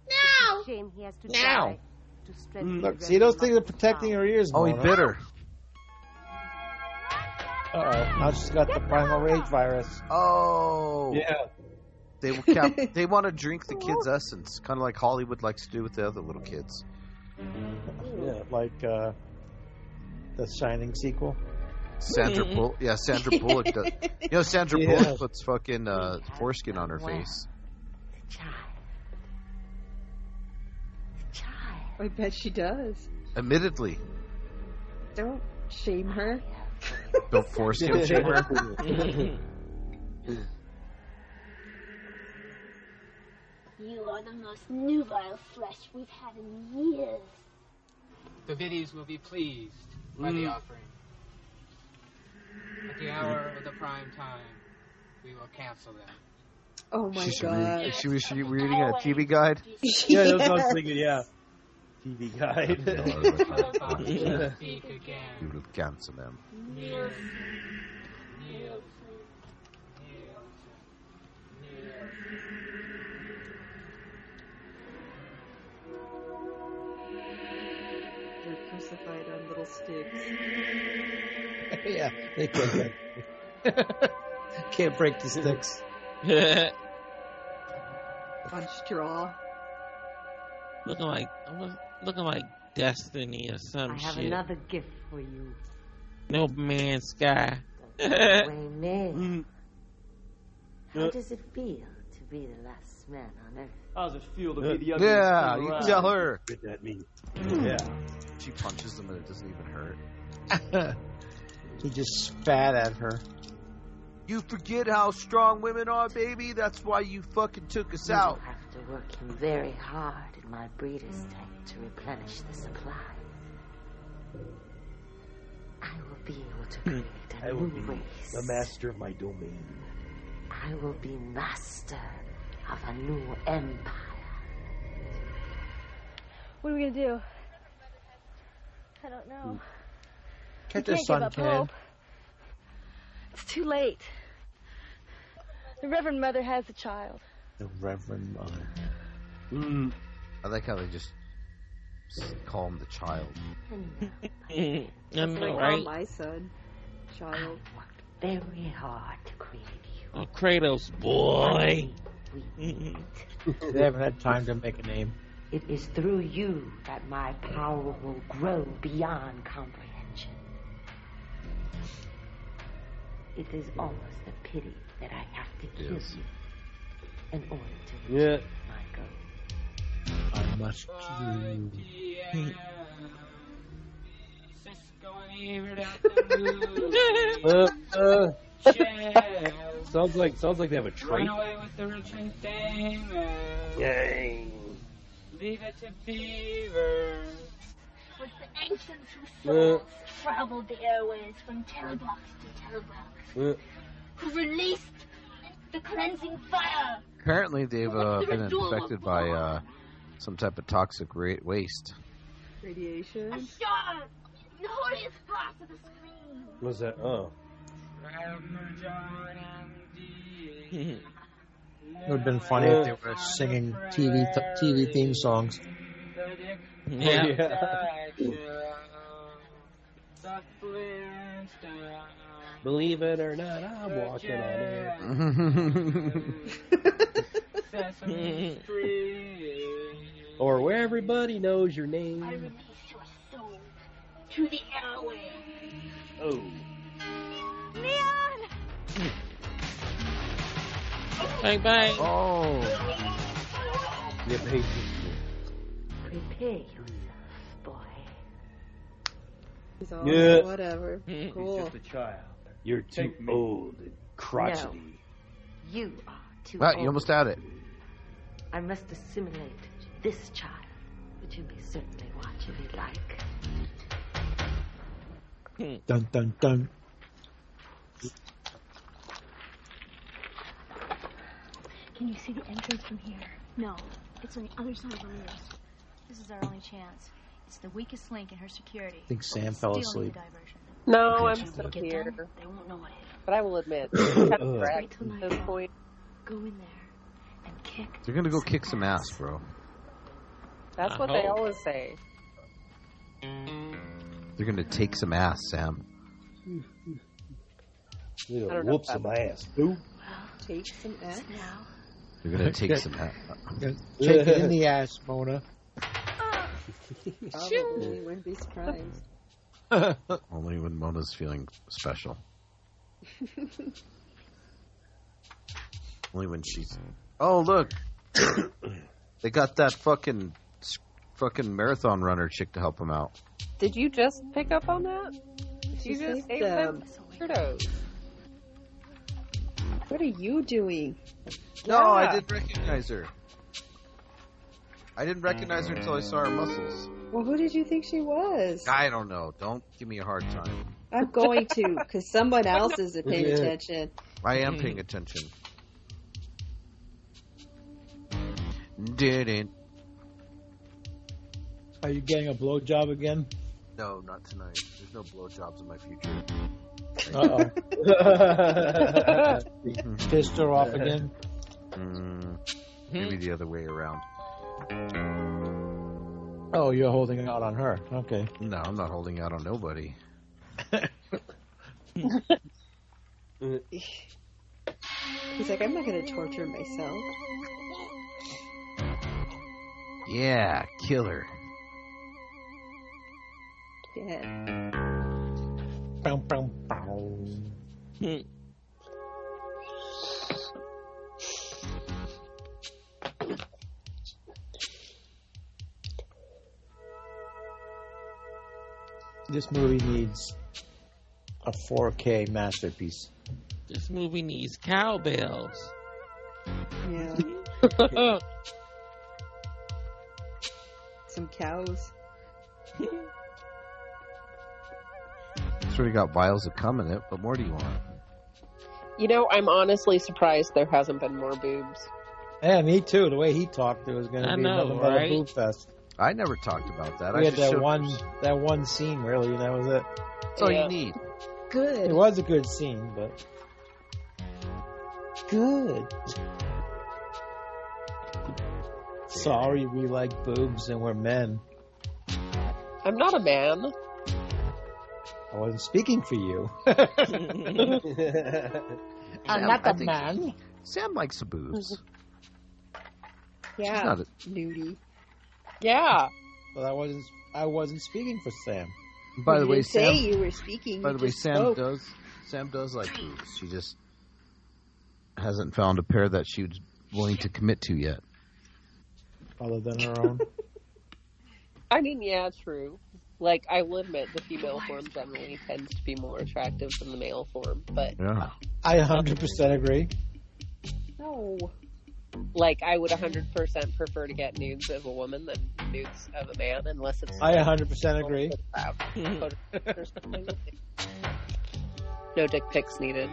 Now! Shame he has to
Now!
die to strengthen
Mm. Look,
the
see those
Reverend
things are protecting her ears.
Oh, he
Mona.
bit her.
Uh oh. Now she's got the primal rage virus.
Oh.
Yeah.
They will cap- they want to drink the kid's essence, kind of like Hollywood likes to do with the other little kids.
Yeah, like uh, the Shining sequel.
Sandra
Mm-hmm.
Bull, yeah, Sandra Bullock. Does- you know, Sandra
Yeah.
Bullock puts fucking uh, foreskin on her face.
I bet she does.
Admittedly,
Don't shame her.
don't foreskin shame her.
Mm-hmm.
You are the most nubile flesh we've had in years.
The biddies will be pleased by
Mm-hmm.
the offering. At the hour of the prime time, we will cancel them.
Oh my
She's
god.
reading, she was she reading a TV guide.
Yeah, that's what I was thinking, yeah. TV guide.
You will cancel them.
Nielsen.
crucified on little sticks.
yeah, they can't break. can't break the sticks.
on straw.
Looking like looking like destiny or some
I have
shit.
another gift for you.
No man's sky.
Wayne Mayer.
Uh,
How does it feel to be the last man on earth?
How does it feel
Uh,
to be the other?
Yeah, you
around?
tell her.
That means.
Yeah. She punches him and it doesn't even hurt.
he just spat at her.
You forget how strong women are, baby. That's why you fucking took us out.
You have to work him very hard in my breeder's tank to replenish the supply. I will be able to
Hmm.
create a
I will
new
be
race.
the master of my domain.
I will be master of a new empire.
What are we gonna do? I don't know.
Catch
we
her
can't give
son,
up
kid.
hope. It's too late. The Reverend Mother has a child.
The Reverend Mother.
I like how they just s- call him the child.
I know,
Like,
right?
oh, my son. Child.
Very hard to create you.
Oh, Kratos, boy.
They haven't had time to make a name.
It is through you that my power will grow beyond comprehension. It is almost a pity that I have to kill
Yes.
you in order to
Yeah.
my goal.
I must do.
Uh, uh, sounds like sounds like they have a
Run
trait.
away with the rich and famous.
Dang.
Leave it to beavers.
With the ancients whose
Yeah.
Uh.
souls traveled the airways from telebox to telebox,
Uh,
who released the cleansing fire.
Apparently, they've uh, been infected by uh, some type of toxic ra-
A
waste.
Radiation.
sharp, noise part of the screen.
what's that? Oh,
it would have been funny if they were singing TV th- TV theme songs.
Yeah.
The Flintstones.
believe it or not, I'm walking on air.
Sesame Street.
or where everybody knows your
Mm.
I
name.
release your soul to the airway.
Oh,
Leon!
Bye bye.
Oh,
yeah, hey,
Prepare yourself, boy.
He's all,
Yeah.
Whatever. Cool.
a child.
you're too
Take me.
old and crotchety.
You are too
wow,
old.
you almost had it.
I must assimilate this child, but you may certainly watch if you like.
Dun dun dun.
Can you see the entrance from here?
No, it's on the other side of the walls.
This is our only chance. It's the weakest link in her security.
I think Sam fell
Still need
asleep.
a diversion.
No, I'm
When
still
we get
here.
done, they won't know what hit them.
But I will admit, I'm kind of
Ugh.
dragged at this point.
Go in there and kick.
They're gonna go kick some ass, bro.
That's what they always say.
They're gonna take some ass, Sam.
I don't know
whoops
if
my ass. Boo.
Take some ass.
Now,
They're gonna take some ass.
Take it in the ass, Mona.
Probably. Wouldn't be surprised.
Only when Mona's feeling special. Only when she's. Oh look, they got that fucking fucking marathon runner chick to help them out.
Did you just pick up on that?
She
You just
saved
ate them
them.
weirdos.
What are you doing?
No, I
Yeah.
did recognize her. I didn't recognize her until I saw her muscles.
Well, who did you think she was?
I don't know. Don't give me a hard time.
I'm going to, because someone else isn't paying
Yeah.
attention.
I am paying attention. Didn't.
Are you getting a blowjob again?
No, not tonight. There's no blowjobs in my future.
Uh oh. Pissed her off again.
Hmm?
Mm, maybe the other way around.
Oh, you're holding out on her. Okay.
No, I'm not holding out on nobody. Uh,
He's like, I'm not going to torture myself.
Yeah, killer.
Yeah.
Bow, bow, bow. This movie needs a 4K masterpiece.
This movie needs cowbells.
Yeah. Some cows.
Sort of got vials of cum in it. What more do you want?
You know, I'm honestly surprised there hasn't been more boobs.
Yeah, me too. The way he talked, it was going
I
to be
know,
another, another
right?
boob fest.
I never talked about that.
We
I
had
just
that
showed-
one, that one scene really, and that was it.
That's all
Yeah.
you need.
It
Good.
was a good scene, but good. Sorry, we like boobs and we're men.
I'm not a man.
I wasn't speaking for you.
Sam, I think- Sam likes the boobs. She's
Mm-hmm. Yeah.
not a,
Nudie.
Yeah.
Well, I wasn't. I wasn't speaking for Sam.
by the
You
way,
didn't say
Sam.
you were speaking.
By
you
the way,
just
Sam
spoke.
does. Sam does like boobs. She just hasn't found a pair that she was willing to commit to yet.
Other than her own.
I mean, yeah, true. Like, I will admit the female form generally tends to be more attractive than the male form, but
Yeah.
I 100% agree.
no. Like, I would 100% prefer to get nudes of a woman than nudes of a man, unless it's
I 100% agree.
no dick pics needed.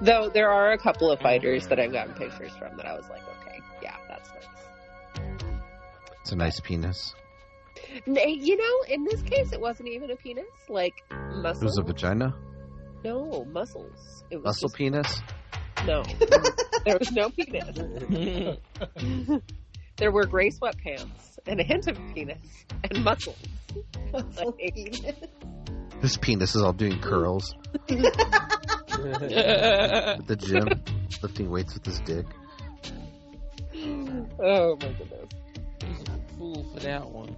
Though there are a couple of fighters that I've gotten pictures from that I was like, okay, yeah, that's nice.
It's a nice penis.
N- You know, in this case, it wasn't even a penis. Like
It was
muscles.
a vagina.
no muscles. It was
Muscle
just-
penis.
no. there was no penis. there were gray sweatpants and a hint of penis and muscles. Like,
This penis is all doing curls at the gym, lifting weights with his dick.
oh my goodness.
He's a fool for that one.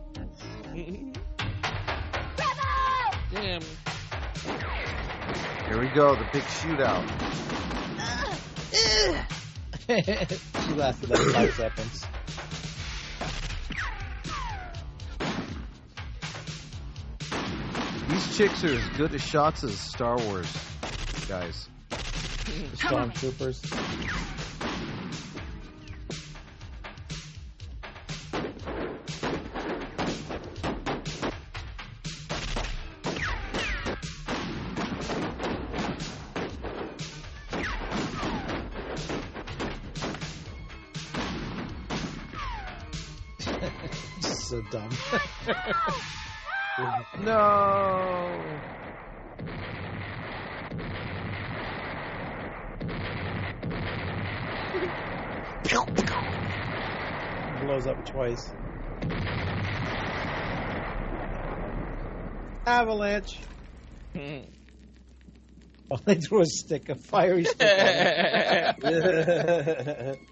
Damn.
Here we go, the big shootout.
she lasted like five seconds.
These chicks are as good as shots as Star Wars guys.
The stormtroopers. so dumb.
No.
Blows up twice. Avalanche. Oh, they threw a stick, a fiery stick. at it.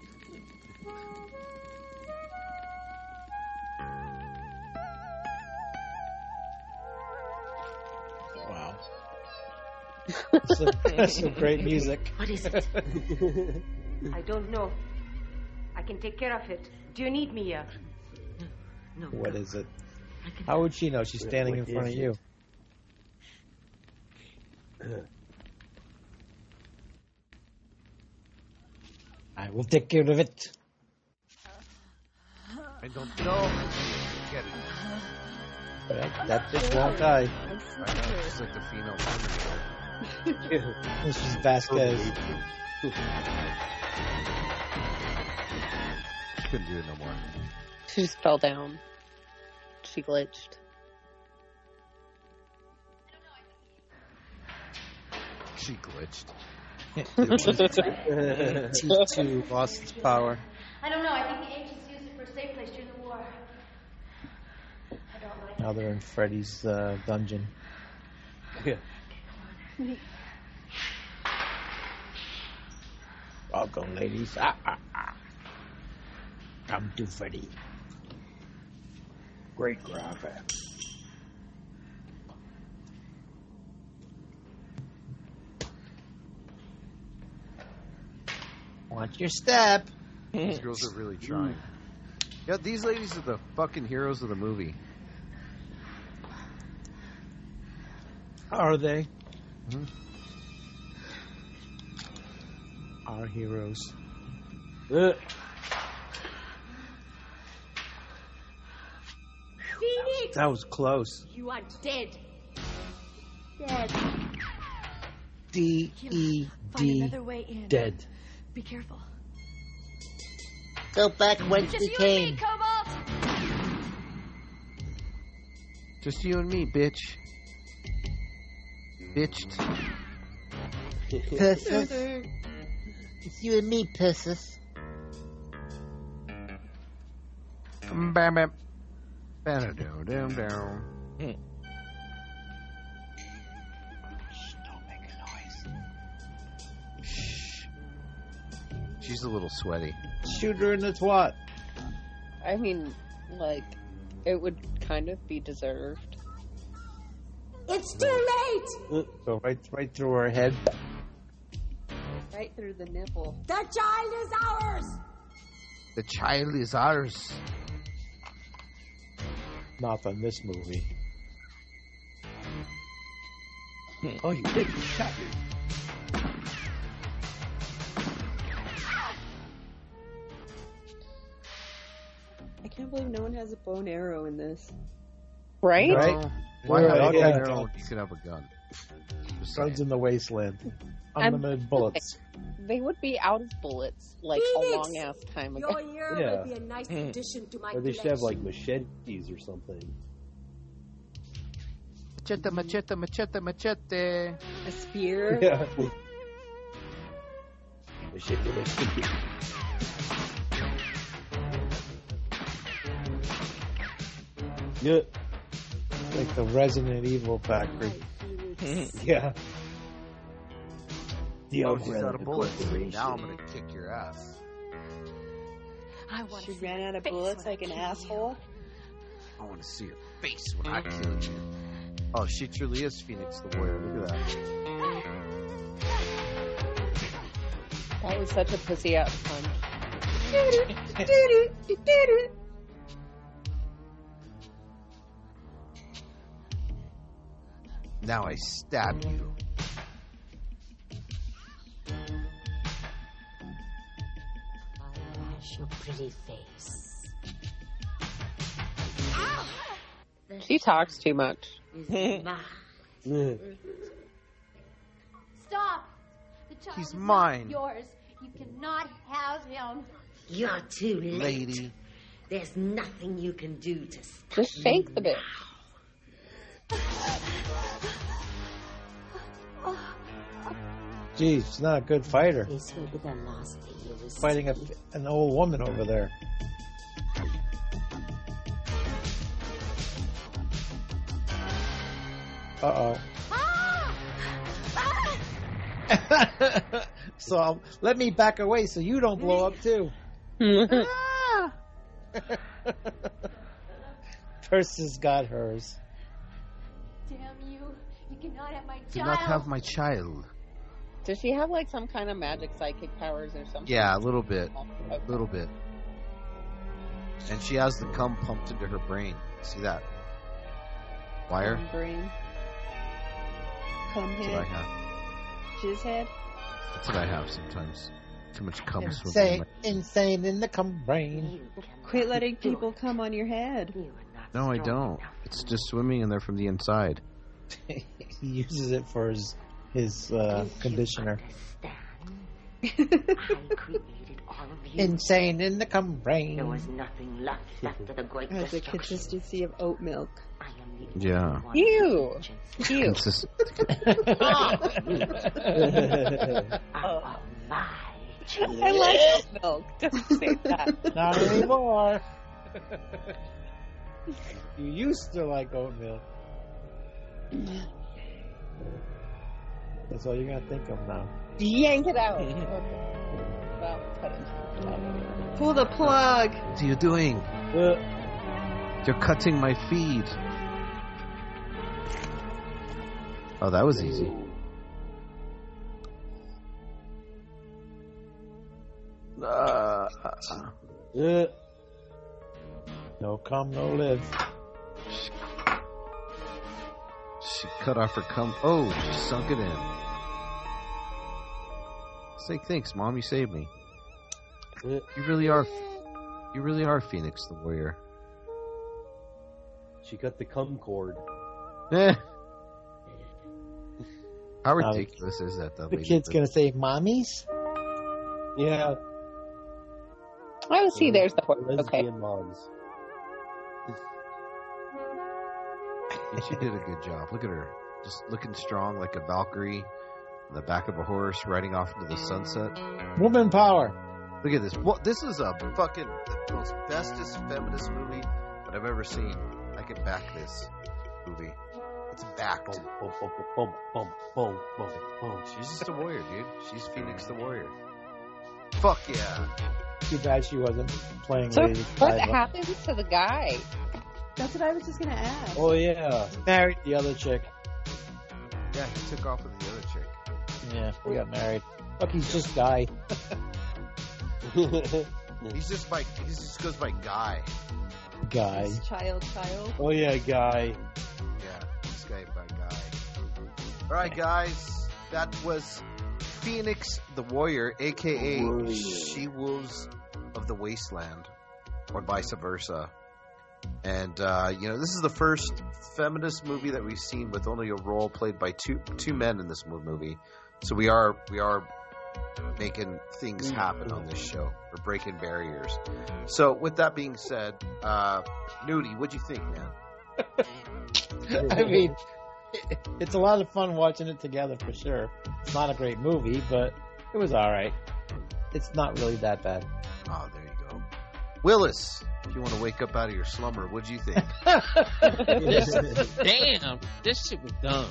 wow. That's some, that's some great music.
What is it? I don't know. I can take care of it. Do you need me here? No.
What is it? How would she know? She's standing in
What
front of
is
you. I will take care of it.
I don't know. Get it.
That, that bitch won't die.
I know. She's like the female Terminator.
This is Vasquez.
She couldn't do it no more.
She just fell down. She glitched.
She glitched.
T2 lost its power.
I don't know. I think the ancients used it for a safe place during the war.
Now they're in Freddy's uh, dungeon.
Yeah.
Me.
Welcome, ladies. Ah, ah, ah. Come to Freddy. Great grabber. Watch your step.
These girls are really trying. Yeah, these ladies are the fucking heroes of the movie.
Are they? Hmm? Our heroes. Ugh.
Phoenix,
That was close.
you are dead.
Dead.
D E D.
another way in.
Dead.
Be careful.
Go back
whence
Just you and me, come up.
Just you and me, bitch. Bitched.
Persis. It's you and me, Persis.
Bam bam. Bam down down down. She's a little sweaty.
Shoot her in the twat.
I mean, like, it would kind of be deserved.
It's too late.
Go right, right through her head.
Right through the nipple.
The child is ours.
The child is ours.
Not on this movie. Oh, you did shot me.
I can't believe no one has a bone arrow in this.
Right?
Right?
Why
Right,
not?
yeah.
Girl, you could have a gun. Just saying.
Guns in the wasteland.
I'm-
Unlimited bullets.
They would be out of bullets, like, a
Phoenix!
long ass time ago.
Your hero
Yeah.
would be a nice
Mm.
addition to my
Or they
collection.
should have like machetes or something.
Machete, machete, machete, machete.
A spear?
Yeah. Machete, machete. Yeah.
Like the Resident Evil factory. yeah. The
oh,
old
she's out of
Resident
bullets.
Evil.
Now I'm gonna kick your ass.
I want
She
to see
ran
your
out of
face
bullets
when I
like an
kill you.
asshole.
I want to see your face when I kill you. Oh, she truly is Phoenix the Warrior. Look at that.
That was such a pussy out punch.
Now I stab you.
Wash your pretty face.
She talks too much.
Yeah.
Stop! The child
He's
is not
mine.
yours. You cannot have him.
You're too late.
Lady.
There's nothing you can do to stop
Just
me
shake the bitch.
Jeez, she's not a good fighter.
This will be the last that you will
Fighting a, an old woman over there. Uh oh. so I'll- let me back away so you don't blow up too.
Ah!
Persis got hers.
Damn you. You cannot have my
Do
child.
not have my child.
Does she have like some kind of magic psychic powers or something?
Yeah, a little bit.
Okay.
A little bit. And she has the cum pumped into her brain. See that? Wire?
Cum brain. Cum
That's what I
head.
have.
Jizz head.
That's what I have sometimes. Too much cum swimming. in
Insane,
my-
insane in the cum brain.
Quit letting people come on your head.
No, I don't. It's just swimming in there from the inside.
he uses it for his his uh, conditioner.
I created all of you.
Insane in the cum brain.
There was nothing left after the great
It has the
destruction.
consistency of oat milk.
I am the only
Yeah.
one
Ew.
who can
Ew.
It's just-
Oh, are all my children.
I like oat milk. Don't say that.
Not anymore. You used to like oatmeal. That's all you're gonna think of now.
Yank it out. okay. Well, cut it.
Pull the plug.
What are you doing?
Uh.
You're cutting my feed. Oh, that was easy. Ah,
Uh, yeah. No come, no live.
She cut off her cum. Oh, she sunk it in. It's like, thanks, mom. You saved me. You really are. You really are Phoenix the Warrior.
She cut the cum cord.
Eh. How ridiculous is that, though?
The
lady?
kid's gonna say, "Mommies." Yeah.
Oh, see, there's the horse. Okay.
Lesbian moms.
And she did a good job. Look at her, just looking strong like a Valkyrie on the back of a horse, riding off into the sunset.
Woman power.
Look at this. What? This is a fucking the most bestest feminist movie that I've ever seen. I can back this movie. It's backed.
Boom, boom, boom, boom, boom, boom, boom, boom.
She's just a warrior, dude. She's Phoenix the Warrior. Fuck yeah.
Too bad she wasn't playing
So
Lady
what
Diva.
happens to the guy?
That's what I was just gonna ask.
Oh yeah, married the other chick.
Yeah, he took off with the other chick.
Yeah, we got married. Fuck, he's just guy.
He's just like he just goes by guy.
guy.
Child, child.
Oh yeah, guy.
Yeah, this guy by guy. All right, guys, that was Phoenix the Warrior, aka She Wolves of the Wasteland, or vice versa. And uh, you know, this is the first feminist movie that we've seen with only a role played by two two men in this mo- movie. So we are we are making things happen on this show. We're breaking barriers. So with that being said, uh, Nudie, what'd you think, man?
I mean, it's a lot of fun watching it together for sure. It's not a great movie, but it was all right. It's not really that bad.
Oh, there you go. Willis, if you want to wake up out of your slumber, what'd you think?
This- damn, this shit was dumb.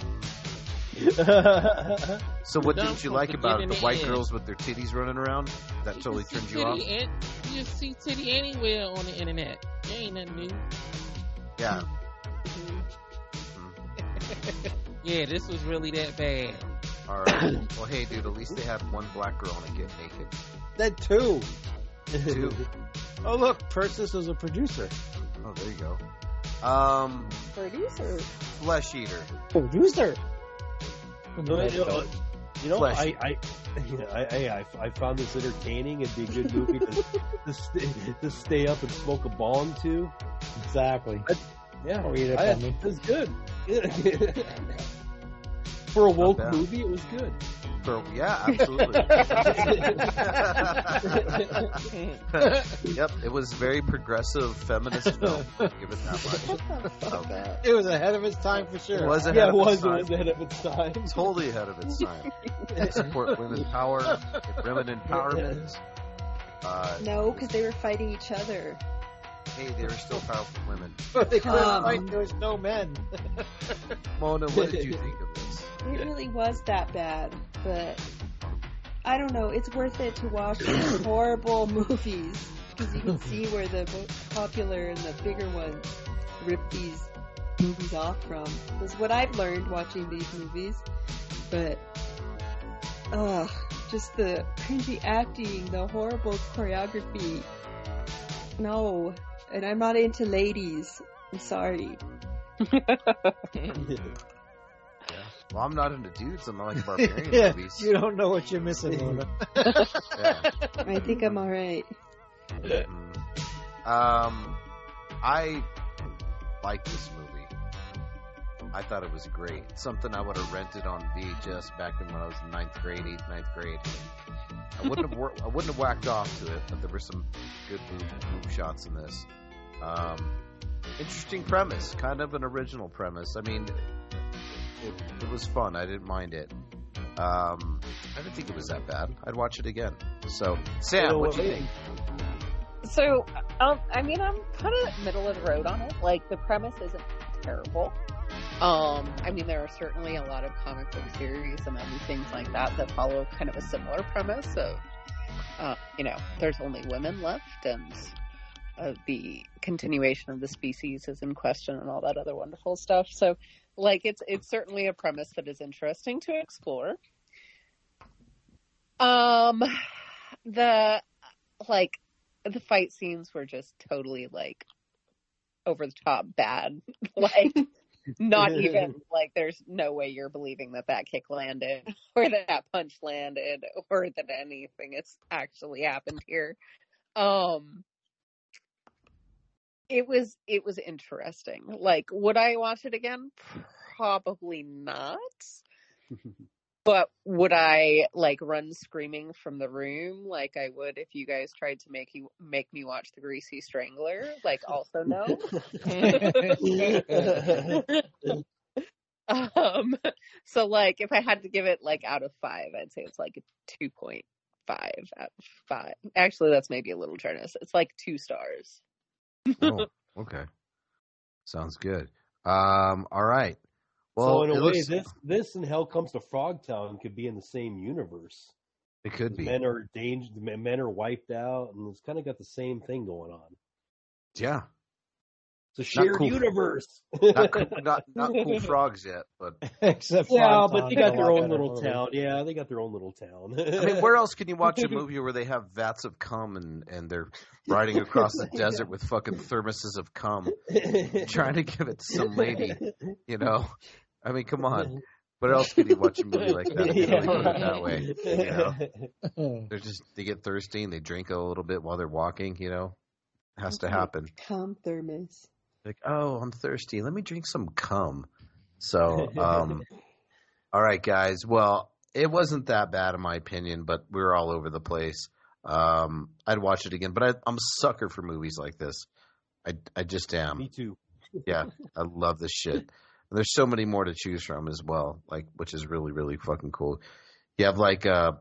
so what
Dumb
didn't you
from
like about it? The
beginning
white
to end.
girls with their titties running around? That totally turned you off?
Titty an- you see titty anywhere on the internet. There ain't nothing new.
Yeah.
Yeah, this was really that bad.
All right. Well, hey, dude, at least they had one black girl and it get naked.
That too.
Two.
Oh look, Persis was a producer.
Oh, there you go. Um,
Producer.
Flesh Eater.
Producer.
No, no, no, You know,
Flesh.
I I, yeah, I, I I- I found this entertaining. It'd be a good movie to, to, stay, to stay up and smoke a bomb to.
Exactly.
Yeah,
Or eat a
I-
gummy.
it was good. For a woke
bad.
movie, it was good.
So, yeah, absolutely. yep, it was very progressive feminist film. I'll Give it that much. Oh. So,
It was ahead of its time for sure.
It was ahead
yeah,
of
it
its
was.
time.
It was ahead of its time.
totally ahead of its time. Support women power, women empowerment. Uh,
No, because they were fighting each other.
hey, they were still powerful women.
But they couldn't
Um.
fight. There was no men.
Mona, what did you think of this?
It really was that bad, but I don't know. It's worth it to watch these horrible movies because you can see where the most popular and the bigger ones rip these movies off from. Is what I've learned watching these movies, but ugh, just the cringy acting, the horrible choreography. No, and I'm not into ladies. I'm sorry.
Well, I'm not into dudes. I'm not like barbarian
Yeah,
movies.
you don't know what you're missing, Luna.
Yeah.
I think I'm alright.
Mhm. Um, I like this movie. I thought it was great. Something I would have rented on VHS back in when I was in ninth grade, eighth, ninth grade. I wouldn't have wor- I wouldn't have whacked off to it, but there were some good boob, boob shots in this. Um, interesting premise, kind of an original premise. I mean, it, it was fun. I didn't mind it. Um, I didn't think it was that bad. I'd watch it again. So, Sam,
Well,
what do you
hey,
think?
So, um, I mean, I'm kind of middle of the road on it. Like, the premise isn't terrible. Um, I mean, there are certainly a lot of comic book series and other things like that that follow kind of a similar premise of, uh, you know, there's only women left and uh, the continuation of the species is in question and all that other wonderful stuff. So, like, it's it's certainly a premise that is interesting to explore. Um, the like the fight scenes were just totally like over the top bad, like. not even like there's no way you're believing that that kick landed or that that punch landed or that anything has actually happened here um it was it was interesting like would i watch it again probably not but would i like run screaming from the room like i would if you guys tried to make you make me watch the greasy strangler like also no um so like if i had to give it like out of five i'd say it's like 2.5 out of five actually that's maybe a little generous it's like two stars
oh, okay. Sounds good. Um, all right. Well,
so in a
it
way,
looks-
this this and Hell Comes to Frog Town could be in the same universe.
It could be.
Men are dang- men are wiped out, and it's kind of got the same thing going on.
yeah,
It's a
Not
shared
cool-
universe.
Not, cool, not not cool frogs yet, but
Except
yeah,
Frog
but they
Town,
got their
Frog
own
Town,
little
totally.
town. Yeah, they got their own little town.
I mean, where else can you watch a movie where they have vats of cum and and they're riding across the desert with fucking thermoses of cum, trying to give it to some lady? You know, I mean, come on. Where else could you watch a movie like that? if you really put it that way, you know? They're just they get thirsty and they drink a little bit while they're walking. You know, has to happen.
Calm thermos.
Like, oh, I'm thirsty. Let me drink some cum. So, um, all right, guys. Well, it wasn't that bad in my opinion, but we were all over the place. Um, I'd watch it again, but I, I'm a sucker for movies like this. I, I just am. Me
too.
yeah, I love this shit. And there's so many more to choose from as well, like which is really really fucking cool. You have like uh,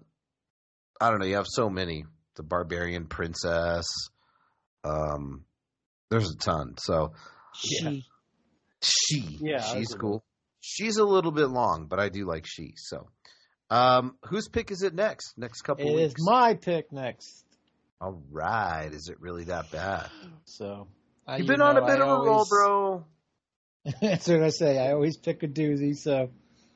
I don't know, you have so many. The Barbarian Princess. Um, there's a ton. So
She.
she.
Yeah, I
she's
agree.
cool. She's a little bit long, but I do like she. So, um, whose pick is it next? Next couple
It is
weeks.
my pick next.
All right. Is it really that bad?
So uh,
you've
you
been on a
know,
bit
I
of a roll,
always-
bro.
That's what I say. I always pick a doozy, so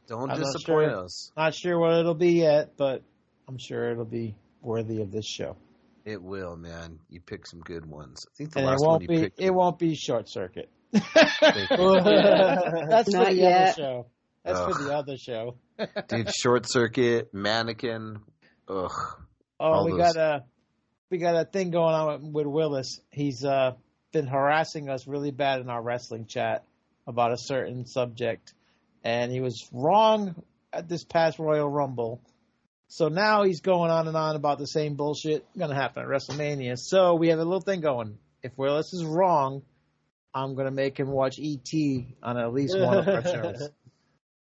Don't
not
disappoint
sure-
us.
Not sure what it'll be yet, but I'm sure it'll be worthy of this show.
It will, man. You pick some good ones. I think the
and it
last one
won't
you
be
picked.
it won't be short circuit.
That's
That's for
Not
the
yet.
other show. That's
Ugh.
for the other show.
Dude, short circuit, mannequin. Ugh.
Oh,
All
we
those-
got a we got a thing going on with, with Willis. He's uh, been harassing us really bad in our wrestling chat about a certain subject, and he was wrong at this past Royal Rumble. So now he's going on and on about the same bullshit going to happen at WrestleMania. So we have a little thing going. If Willis is wrong, I'm going to make him watch ET on at least one of our shows.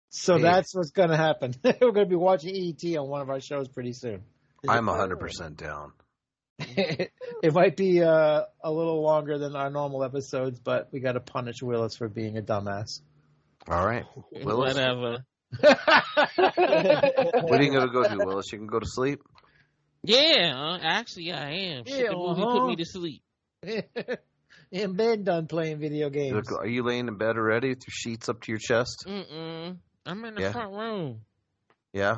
So
Hey.
that's what's going to happen. We're going to be watching ET on one of our shows pretty soon.
I'm 100% down.
it might be uh, a little longer than our normal episodes, but we got to punish Willis for being a dumbass.
All right. Willis,
Whatever.
what are you going to go do, Willis? You can go to sleep?
Yeah, uh, actually, I am. Shit,
Yeah,
the movie
uh-huh.
put me to sleep.
and Ben done playing video
You
games.
look- are you laying in bed already with your sheets up to your chest?
Mm-mm. I'm in the
Yeah.
front room.
Yeah.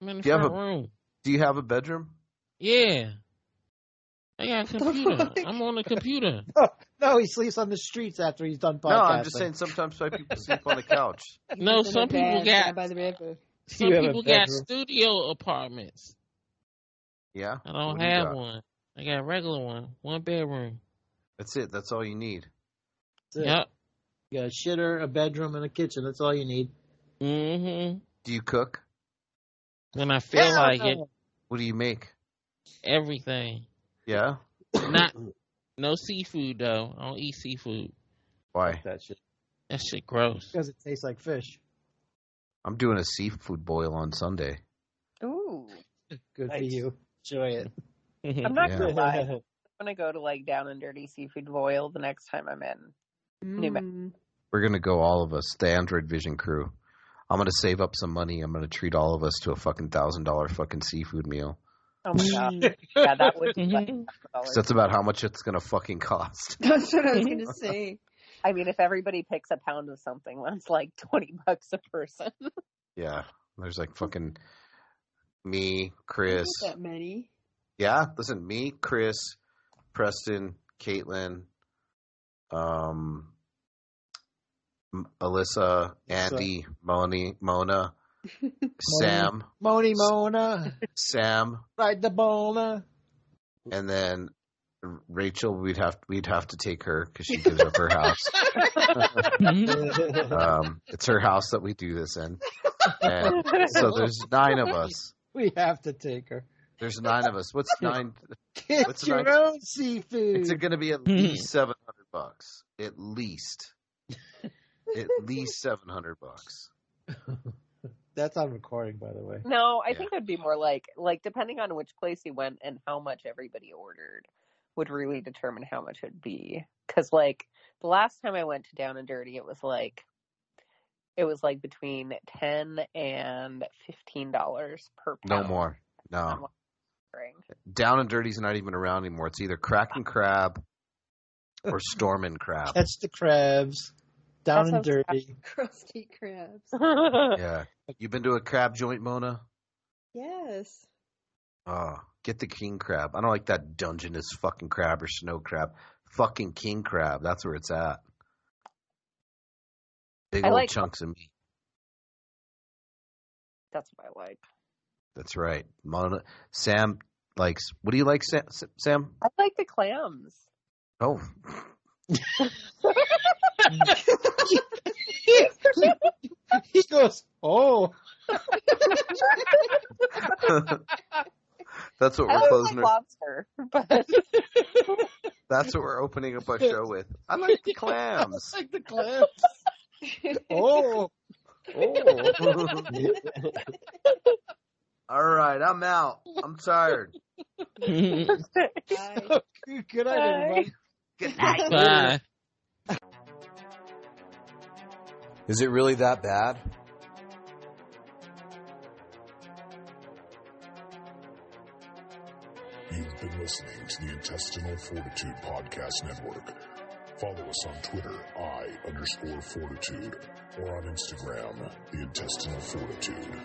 I'm in the
Do you have
front
a-
room.
Do you have a bedroom?
Yeah. I got a computer. I'm on the computer.
No, he sleeps on the streets after he's done podcasting.
No, I'm just saying sometimes white people sleep on the couch.
No,
Sleep in a
some people
bed down
got
by the river.
some
You have a
people got
bedroom.
studio apartments.
Yeah.
I don't
What do you
have
got?
one. I got a regular one, one bedroom.
That's it. That's all you need.
That's it.
Yep.
You got a shitter, a bedroom, and a kitchen. That's all you need.
hmm
Do you cook?
When I feel
Hell
like it,
no.
What do you make?
everything.
Yeah.
Not no seafood though. I don't eat seafood.
Why?
That shit.
That shit gross.
Because it tastes like fish.
I'm doing a seafood boil on Sunday.
Ooh.
Good for you. Enjoy it.
I'm not
Yeah.
gonna lie. gonna go to like Down and Dirty Seafood Boil the next time I'm in New
Mm.
Mexico.
We're gonna go all of us, the Android Vision crew. I'm gonna save up some money. I'm gonna treat all of us to a fucking thousand dollar fucking seafood meal.
Oh my god, yeah, that would be like
So that's about how much it's gonna fucking cost.
That's what
I was gonna say.
I mean, if everybody picks a pound of something, that's like twenty bucks a person.
Yeah, there's like fucking me, Chris.
Not that many.
Yeah, listen, me, Chris, Preston, Caitlin, um, M- Alyssa, Andy, Moni, Mona, Sam,
Moni Mona,
Sam,
ride the bona.
and then Rachel. We'd have we'd have to take her because she gives up her house. um, it's her house that we do this in. And so there's nine of us.
We have to take her.
There's nine of us. What's nine?
Get
What's
your
nine-
own seafood.
It's going to be at least seven hundred bucks. At least, at least seven hundred bucks.
That's on recording, by the way.
No, I think it'd be more like like depending on which place you went and how much everybody ordered would really determine how much it'd be. Because like the last time I went to Down and Dirty, it was like it was like between ten and fifteen dollars per
No
pound.
more. No.
Ring.
Down and dirty's not even around anymore. It's either Kraken Crab or Storm and Crab.
Catch the crabs, down
That
and
sounds
dirty.
Crusty crabs.
Yeah. You been to a crab joint, Mona?
Yes.
Oh, get the king crab. I don't like that dungeness fucking crab or snow crab. Fucking king crab. That's where it's at. Big
I
old
like-
chunks of meat.
That's what I like.
That's right. Mona, Sam likes. What do you like, Sam? Sam?
I like the clams.
Oh,
he goes, "Oh,
that's what
I
we're
like
closing. Our,
lobster, but
that's what we're opening up our show with. I like the clams.
like the clams." oh,
Oh. All right, I'm out. I'm tired.
good night, everybody.
Good
Bye.
Is it really that bad?
You've been listening to the Intestinal Fortitude Podcast Network. Follow us on Twitter, I underscore fortitude, or on Instagram, the Intestinal Fortitude.